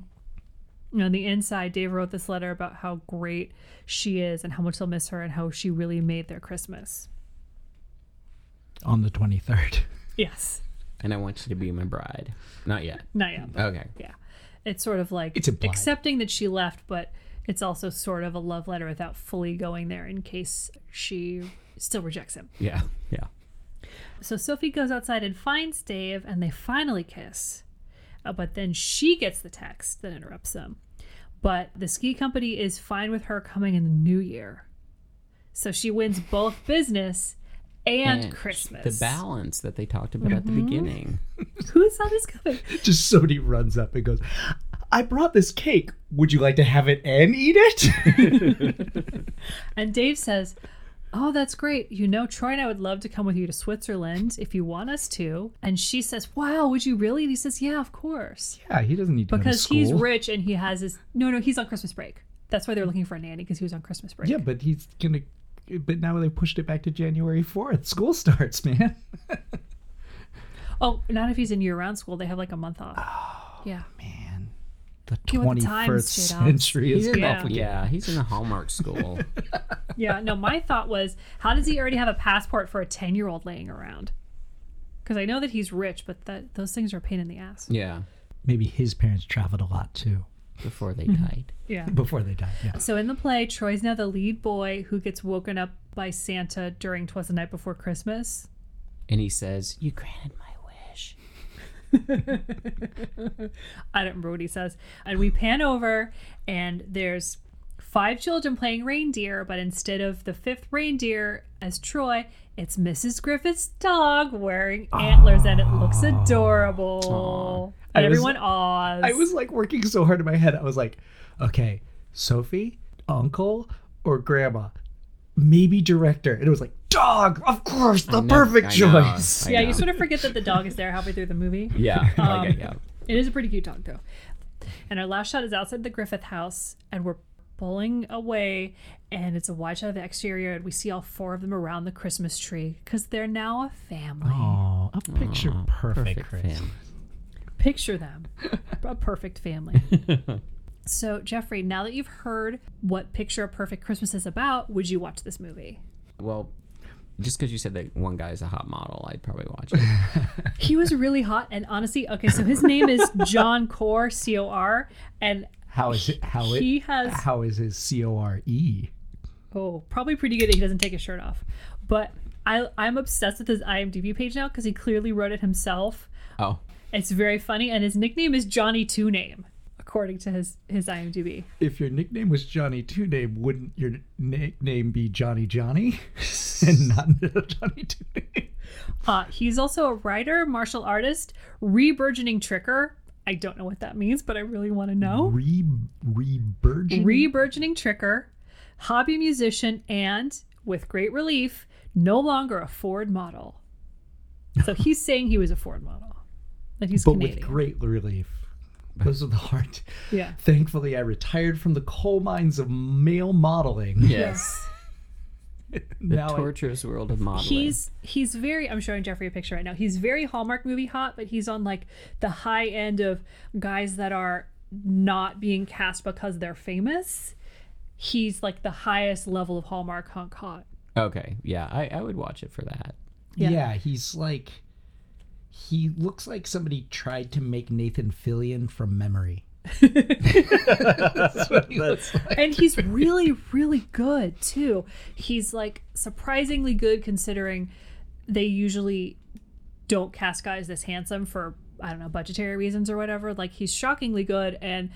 [SPEAKER 1] And on the inside, Dave wrote this letter about how great she is and how much they'll miss her and how she really made their Christmas.
[SPEAKER 2] On the twenty third.
[SPEAKER 1] Yes.
[SPEAKER 3] And I want you to be my bride. Not yet.
[SPEAKER 1] Not yet.
[SPEAKER 3] Okay.
[SPEAKER 1] Yeah. It's sort of like
[SPEAKER 2] It's implied.
[SPEAKER 1] accepting that she left, but it's also sort of a love letter without fully going there in case she still rejects him.
[SPEAKER 3] Yeah. Yeah.
[SPEAKER 1] So Sophie goes outside and finds Dave, and they finally kiss. Uh, but then she gets the text that interrupts them. But the ski company is fine with her coming in the new year. So she wins both business and, Christmas.
[SPEAKER 3] The balance that they talked about at the
[SPEAKER 2] Mm-hmm.
[SPEAKER 3] beginning.
[SPEAKER 1] Who saw this coming?
[SPEAKER 2] Just somebody runs up and goes, I brought this cake. Would you like to have it and eat it?
[SPEAKER 1] And Dave says, Oh, that's great. You know, Troy and I would love to come with you to Switzerland if you want us to. And she says, Wow, would you really? And he says, Yeah, of course.
[SPEAKER 2] yeah, he doesn't need to go to
[SPEAKER 1] Because
[SPEAKER 2] school.
[SPEAKER 1] he's rich and he has his. No, no, he's on Christmas break. That's why they were looking for a nanny because he was on Christmas break.
[SPEAKER 2] Yeah, but he's gonna. But now they pushed it back to January fourth. School starts, man.
[SPEAKER 1] Oh, not if he's in year round school. They have like a month off. yeah.
[SPEAKER 2] Oh, Man, the
[SPEAKER 1] Get with
[SPEAKER 2] twenty
[SPEAKER 1] the times,
[SPEAKER 2] first
[SPEAKER 1] J-Dubs.
[SPEAKER 2] century is
[SPEAKER 1] in-
[SPEAKER 2] complicated.
[SPEAKER 3] Yeah, he's in a Hallmark school.
[SPEAKER 1] Yeah. No, my thought was, how does he already have a passport for a 10 year old laying around? Because I know that he's rich, but that those things are a pain in the ass.
[SPEAKER 3] yeah.
[SPEAKER 2] Maybe his parents traveled a lot too
[SPEAKER 3] Before they
[SPEAKER 2] Mm-hmm.
[SPEAKER 3] died.
[SPEAKER 1] Yeah.
[SPEAKER 2] before they died. Yeah.
[SPEAKER 1] So in the play, Troy's now the lead boy who gets woken up by Santa during Twas the Night Before Christmas.
[SPEAKER 3] And he says, You granted my wish.
[SPEAKER 1] I don't remember what he says. And we pan over, and there's five children playing reindeer, but instead of the fifth reindeer as Troy, it's Mrs. Griffith's dog wearing antlers, and it looks adorable. And
[SPEAKER 2] I was-
[SPEAKER 1] everyone awes.
[SPEAKER 2] I was like working so hard in my head. I was like, okay, Sophie, uncle, or grandma, maybe director. And it was like, dog. Of course, the
[SPEAKER 3] know,
[SPEAKER 2] perfect
[SPEAKER 3] I know,
[SPEAKER 2] choice.
[SPEAKER 3] I
[SPEAKER 1] yeah,
[SPEAKER 3] know.
[SPEAKER 1] you sort of forget that the dog is there halfway through the movie.
[SPEAKER 3] Yeah. like,
[SPEAKER 2] Um,
[SPEAKER 3] I- yeah.
[SPEAKER 1] It is a pretty cute dog, though. And our last shot is outside the Griffith house, and we're pulling away, and it's a wide shot of the exterior, and we see all four of them around the Christmas tree because they're now a family.
[SPEAKER 2] Oh, a picture perfect,
[SPEAKER 3] Perfect
[SPEAKER 2] Chris.
[SPEAKER 3] family.
[SPEAKER 1] Picture them a perfect family. so, Jeffrey, now that you've heard what Picture a Perfect Christmas is about, would you watch this movie?
[SPEAKER 3] Well, just because you said that one guy's a hot model, I'd probably watch it.
[SPEAKER 1] He was really hot, and honestly, okay, so his name is John Core, C O R, and
[SPEAKER 2] How is it? How it?
[SPEAKER 1] he has
[SPEAKER 2] Oh, How is his C O R E?
[SPEAKER 1] Oh, probably pretty good that he doesn't take his shirt off. But I, I'm obsessed with his IMDb page now because he clearly wrote it himself.
[SPEAKER 3] Oh.
[SPEAKER 1] It's very funny, and his nickname is Johnny Two Name, according to his his IMDb.
[SPEAKER 2] if your nickname was Johnny Two Name, wouldn't your nickname be Johnny Johnny and not Johnny Two Name?
[SPEAKER 1] Uh, he's also a writer, martial artist, reburgeoning tricker. I don't know what that means, but I really want to know.
[SPEAKER 2] Re reburgeon.
[SPEAKER 1] Reburgeoning tricker, hobby musician, and with great relief, no longer a Ford model. So he's saying he was a Ford model, that he's
[SPEAKER 2] but
[SPEAKER 1] Canadian.
[SPEAKER 2] with great relief. Those are the hard.
[SPEAKER 1] yeah.
[SPEAKER 2] Thankfully, I retired from the coal mines of male modeling.
[SPEAKER 3] Yes. The
[SPEAKER 2] now I,
[SPEAKER 3] torturous world of modeling.
[SPEAKER 1] He's he's very. I'm showing Jeffrey a picture right now. He's very Hallmark movie hot, but he's on like the high end of guys that are not being cast because they're famous. He's like the highest level of Hallmark hunk hot.
[SPEAKER 3] okay. Yeah, I, I would watch it for that.
[SPEAKER 1] Yeah.
[SPEAKER 2] yeah. he's like, he looks like somebody tried to make Nathan Fillion from memory. That's what he looks like.
[SPEAKER 1] And he's really really good too. He's like surprisingly good considering they usually don't cast guys this handsome for I don't know budgetary reasons or whatever. Like he's shockingly good and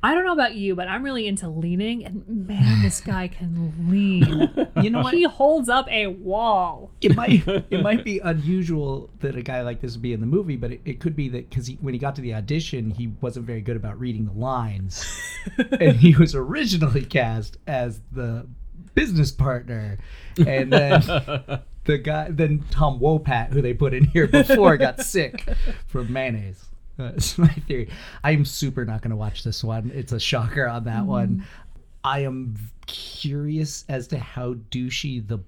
[SPEAKER 1] I don't know about you, but I'm really into leaning, and man, this guy can lean.
[SPEAKER 2] You know what?
[SPEAKER 1] he holds up a wall.
[SPEAKER 2] It might it might be unusual that a guy like this would be in the movie, but it, it could be that because when he got to the audition, he wasn't very good about reading the lines, and he was originally cast as the business partner, and then the guy then Tom Wopat, who they put in here before, got sick from mayonnaise. That's my theory. I'm super not going to watch this one. It's a shocker on that one. I am curious as to how douchey the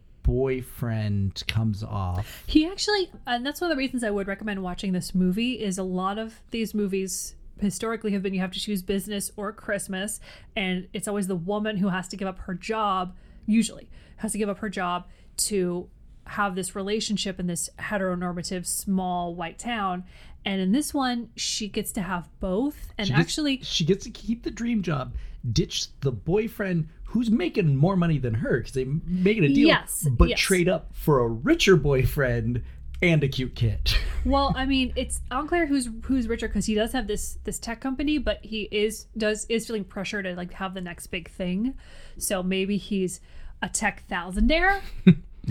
[SPEAKER 2] boyfriend comes off.
[SPEAKER 1] He actually, and that's one of the reasons I would recommend watching this movie. Is a lot of these movies historically have been you have to choose business or Christmas, and it's always the woman who has to give up her job. Usually, has to give up her job to have this relationship in this heteronormative small white town. And in this one, she gets to have both. And
[SPEAKER 2] She gets-
[SPEAKER 1] actually,
[SPEAKER 2] she gets to keep the dream job, ditch the boyfriend who's making more money than her because they make it a deal,
[SPEAKER 1] Yes,
[SPEAKER 2] but
[SPEAKER 1] yes.
[SPEAKER 2] trade up for a richer boyfriend and a cute kid.
[SPEAKER 1] Well, I mean, it's unclear who's who's richer because he does have this this tech company, but he is does is feeling pressure to like have the next big thing. So maybe he's a tech thousandaire.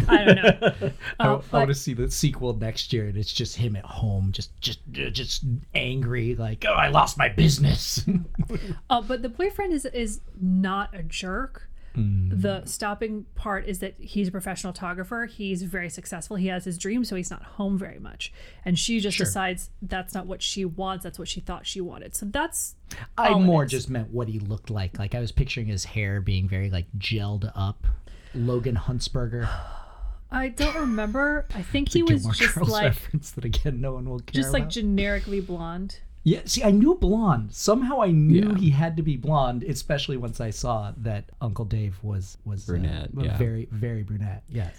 [SPEAKER 1] I don't know.
[SPEAKER 2] I,
[SPEAKER 1] Uh, but-
[SPEAKER 2] want to see the sequel next year, and it's just him at home, just just uh, just angry, like oh, I lost my business.
[SPEAKER 1] Uh, but the boyfriend is is not a jerk.
[SPEAKER 2] Hmm.
[SPEAKER 1] The stopping part is that he's a professional photographer. He's very successful. He has his dream, so he's not home very much. And she just decides that's not what she wants. That's what she thought she wanted. So that's
[SPEAKER 2] I
[SPEAKER 1] all it
[SPEAKER 2] more
[SPEAKER 1] is.
[SPEAKER 2] just meant what he looked like. Like I was picturing his hair being very like gelled up, Logan Huntsberger.
[SPEAKER 1] I don't remember. I think he
[SPEAKER 2] It's a
[SPEAKER 1] was
[SPEAKER 2] Gilmore
[SPEAKER 1] just
[SPEAKER 2] Girls
[SPEAKER 1] like
[SPEAKER 2] reference that again no one will care
[SPEAKER 1] just like
[SPEAKER 2] about.
[SPEAKER 1] generically blonde.
[SPEAKER 2] yeah see i knew blonde somehow i knew
[SPEAKER 3] Yeah.
[SPEAKER 2] he had to be blonde especially once i saw that uncle dave was was uh,
[SPEAKER 3] Brunette,
[SPEAKER 2] a
[SPEAKER 3] yeah.
[SPEAKER 2] very very brunette yes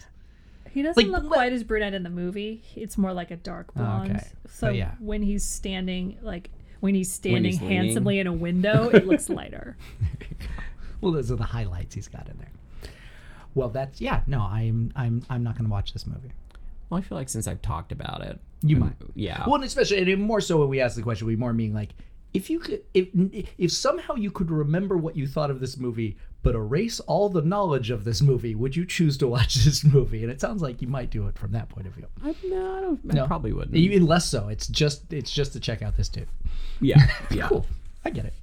[SPEAKER 1] He doesn't
[SPEAKER 2] Like,
[SPEAKER 1] look
[SPEAKER 2] what-
[SPEAKER 1] quite as brunette in the movie. It's more like a dark blonde.
[SPEAKER 2] okay.
[SPEAKER 1] So
[SPEAKER 2] Oh, yeah.
[SPEAKER 1] when he's standing, like when he's standing
[SPEAKER 3] he's leaning.
[SPEAKER 1] handsomely in a window, it looks lighter.
[SPEAKER 2] well those are the highlights he's got in there well that's yeah no i'm i'm i'm not going to watch this movie
[SPEAKER 3] Well, I feel like since I've talked about it,
[SPEAKER 2] you
[SPEAKER 1] Hmm.
[SPEAKER 3] I'm-
[SPEAKER 2] might
[SPEAKER 3] Yeah.
[SPEAKER 2] Well, and especially, and it- more so when we ask the question, we more mean like, if you could, if if somehow you could remember what you thought of this movie, but erase all the knowledge of this movie, would you choose to watch this movie? And it sounds like you might do it from that point of view.
[SPEAKER 3] I, no, I, don't,
[SPEAKER 2] No.
[SPEAKER 3] I probably wouldn't.
[SPEAKER 2] Even less so. It's just it's just to check out this dude.
[SPEAKER 3] yeah. Yeah.
[SPEAKER 2] Cool. I get it.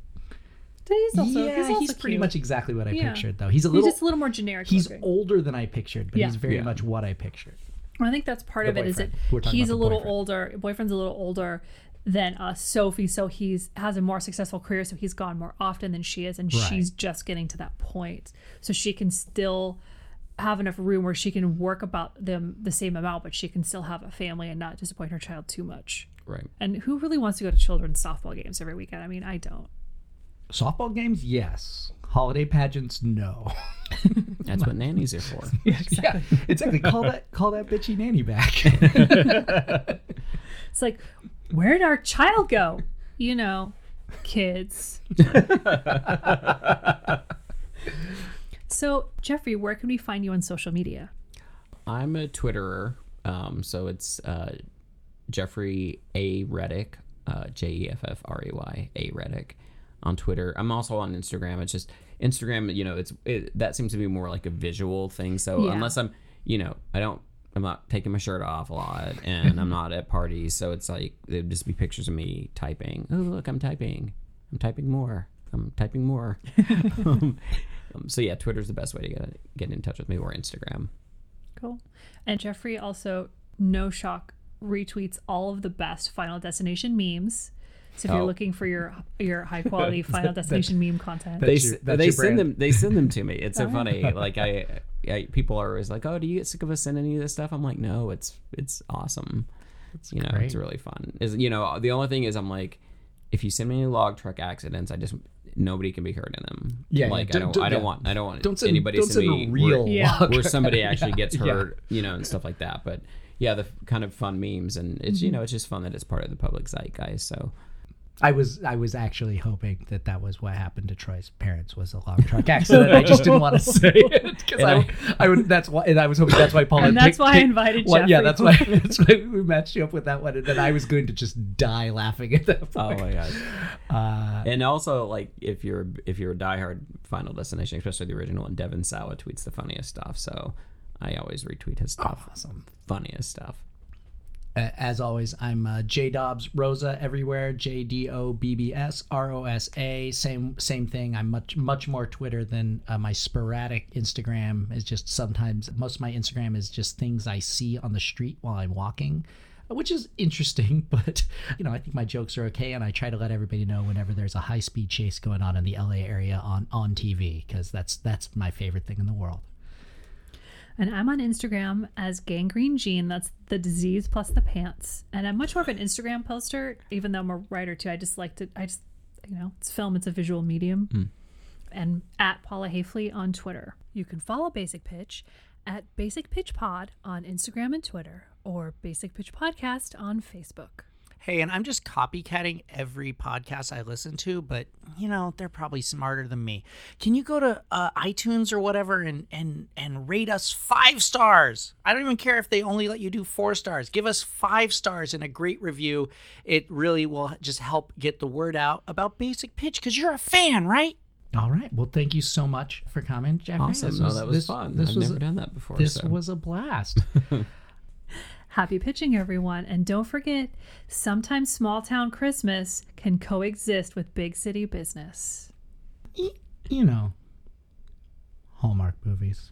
[SPEAKER 1] He's also,
[SPEAKER 2] yeah,
[SPEAKER 1] he's
[SPEAKER 2] he's,
[SPEAKER 1] also
[SPEAKER 2] pretty
[SPEAKER 1] cute.
[SPEAKER 2] much exactly what I
[SPEAKER 1] Yeah.
[SPEAKER 2] pictured, though. He's a
[SPEAKER 1] He's
[SPEAKER 2] little.
[SPEAKER 1] just a little more generic.
[SPEAKER 2] He's
[SPEAKER 1] looking.
[SPEAKER 2] older than I pictured, but
[SPEAKER 1] Yeah.
[SPEAKER 2] he's very
[SPEAKER 3] Yeah.
[SPEAKER 2] much what I pictured.
[SPEAKER 1] I think that's part
[SPEAKER 2] The
[SPEAKER 1] of it is that
[SPEAKER 2] boyfriend. We're talking
[SPEAKER 1] he's
[SPEAKER 2] about
[SPEAKER 1] a
[SPEAKER 2] the
[SPEAKER 1] little
[SPEAKER 2] boyfriend.
[SPEAKER 1] older. Boyfriend's a little older than uh, Sophie, so he's has a more successful career. So he's gone more often than she is, and
[SPEAKER 2] Right.
[SPEAKER 1] she's just getting to that point. So she can still have enough room where she can work about them the same amount, but she can still have a family and not disappoint her child too much.
[SPEAKER 3] Right.
[SPEAKER 1] And who really wants to go to children's softball games every weekend? I mean, I don't.
[SPEAKER 2] Softball games, yes. Holiday pageants, no.
[SPEAKER 3] That's what nannies are for.
[SPEAKER 2] Exactly. Yeah, exactly. Call that call that bitchy nanny back.
[SPEAKER 1] It's like, where would our child go? You know, kids. so, Jeffrey, where can we find you on social media?
[SPEAKER 3] I'm a Twitterer, um, so it's uh, Jeffrey A Reddick, uh, J E F F R E Y A Reddick, on Twitter. I'm also on Instagram. It's just Instagram. You know, it's it, that seems to be more like a visual thing. So
[SPEAKER 1] Yeah.
[SPEAKER 3] unless I'm, you know, I don't. I'm not taking my shirt off a lot, and I'm not at parties, so it's like it'd just be pictures of me typing. Oh, look, I'm typing. I'm typing more. I'm typing more. um, so yeah, Twitter's the best way to get get in touch with me, or Instagram.
[SPEAKER 1] Cool. And Jeffrey also, no shock, retweets all of the best Final Destination memes. So if you're
[SPEAKER 3] Oh.
[SPEAKER 1] looking for your your high quality Final Destination meme content,
[SPEAKER 2] that-
[SPEAKER 3] they
[SPEAKER 2] That's your-
[SPEAKER 3] s-
[SPEAKER 2] that's
[SPEAKER 3] they
[SPEAKER 2] your
[SPEAKER 3] send
[SPEAKER 2] brand.
[SPEAKER 3] them they send them to me. It's so funny. Like I, I, people are always like, "Oh, do you get sick of us sending you this stuff?" I'm like, "No, it's it's awesome. you know,
[SPEAKER 2] great.
[SPEAKER 3] it's really fun." Is you know the only thing is I'm like, if you send me any log truck accidents, I just nobody can be hurt in them.
[SPEAKER 2] Yeah, yeah.
[SPEAKER 3] like I
[SPEAKER 2] Don't-
[SPEAKER 3] don't
[SPEAKER 2] don't-
[SPEAKER 3] I don't
[SPEAKER 2] yeah.
[SPEAKER 3] want I don't want
[SPEAKER 2] Don't send
[SPEAKER 3] anybody
[SPEAKER 2] don't
[SPEAKER 3] send
[SPEAKER 2] send
[SPEAKER 3] me
[SPEAKER 2] a real
[SPEAKER 1] Yeah.
[SPEAKER 2] log.
[SPEAKER 3] where somebody actually gets
[SPEAKER 2] yeah.
[SPEAKER 3] hurt, you know, and stuff like that. But
[SPEAKER 2] Mm-hmm.
[SPEAKER 3] yeah, the f- kind of fun memes and it's you know it's just fun that it's part of the public zeitgeist. So
[SPEAKER 2] I was I was actually hoping that that was what happened to Troy's parents was a long truck accident. I just didn't want to say it because I, I, would that's why and I was hoping that's why Paul
[SPEAKER 1] And
[SPEAKER 2] had
[SPEAKER 1] that's
[SPEAKER 2] picked-
[SPEAKER 1] why I
[SPEAKER 2] picked-
[SPEAKER 1] invited
[SPEAKER 2] what-
[SPEAKER 1] Jeffrey.
[SPEAKER 2] yeah that's why that's why we matched you up with that one and then I was going to just die laughing at that
[SPEAKER 3] Oh
[SPEAKER 2] point.
[SPEAKER 3] my god!
[SPEAKER 2] Uh,
[SPEAKER 3] And also, like, if you're if you're a diehard Final Destination, especially the original, and Devin Sawa tweets the funniest stuff, so I always retweet his stuff.
[SPEAKER 2] awesome.
[SPEAKER 3] Funniest stuff.
[SPEAKER 2] Uh, as always, I'm uh, J Dobbs Rosa everywhere. J D O B B S R O S A. Same same thing. I'm much much more Twitter than uh, my sporadic Instagram is just sometimes. Most of my Instagram is just things I see on the street while I'm walking, which is interesting. But you know, I think my jokes are okay, and I try to let everybody know whenever there's a high speed chase going on in the LA area on on TV because that's that's my favorite thing in the world.
[SPEAKER 1] And I'm on Instagram as gangrene gene. That's the disease plus the pants. And I'm much more of an Instagram poster, even though I'm a writer too. I just like to, I just, you know, it's film, it's a visual medium. And at Paula Hafley on Twitter. You can follow Basic Pitch at Basic Pitch Pod on Instagram and Twitter or Basic Pitch Podcast on Facebook.
[SPEAKER 2] Hey, and I'm just copycatting every podcast I listen to, but you know they're probably smarter than me. Can you go to uh, iTunes or whatever and and and rate us five stars? I don't even care if they only let you do four stars. Give us five stars and a great review. It really will just help get the word out about Basic Pitch because you're a fan, right? All right. Well, thank you so much for coming, Jeffrey.
[SPEAKER 3] Awesome! No, that was fun. I've never done that before. so.
[SPEAKER 2] was a blast.
[SPEAKER 1] Happy pitching, everyone. And don't forget, sometimes small town Christmas can coexist with big city business.
[SPEAKER 2] you know, Hallmark movies.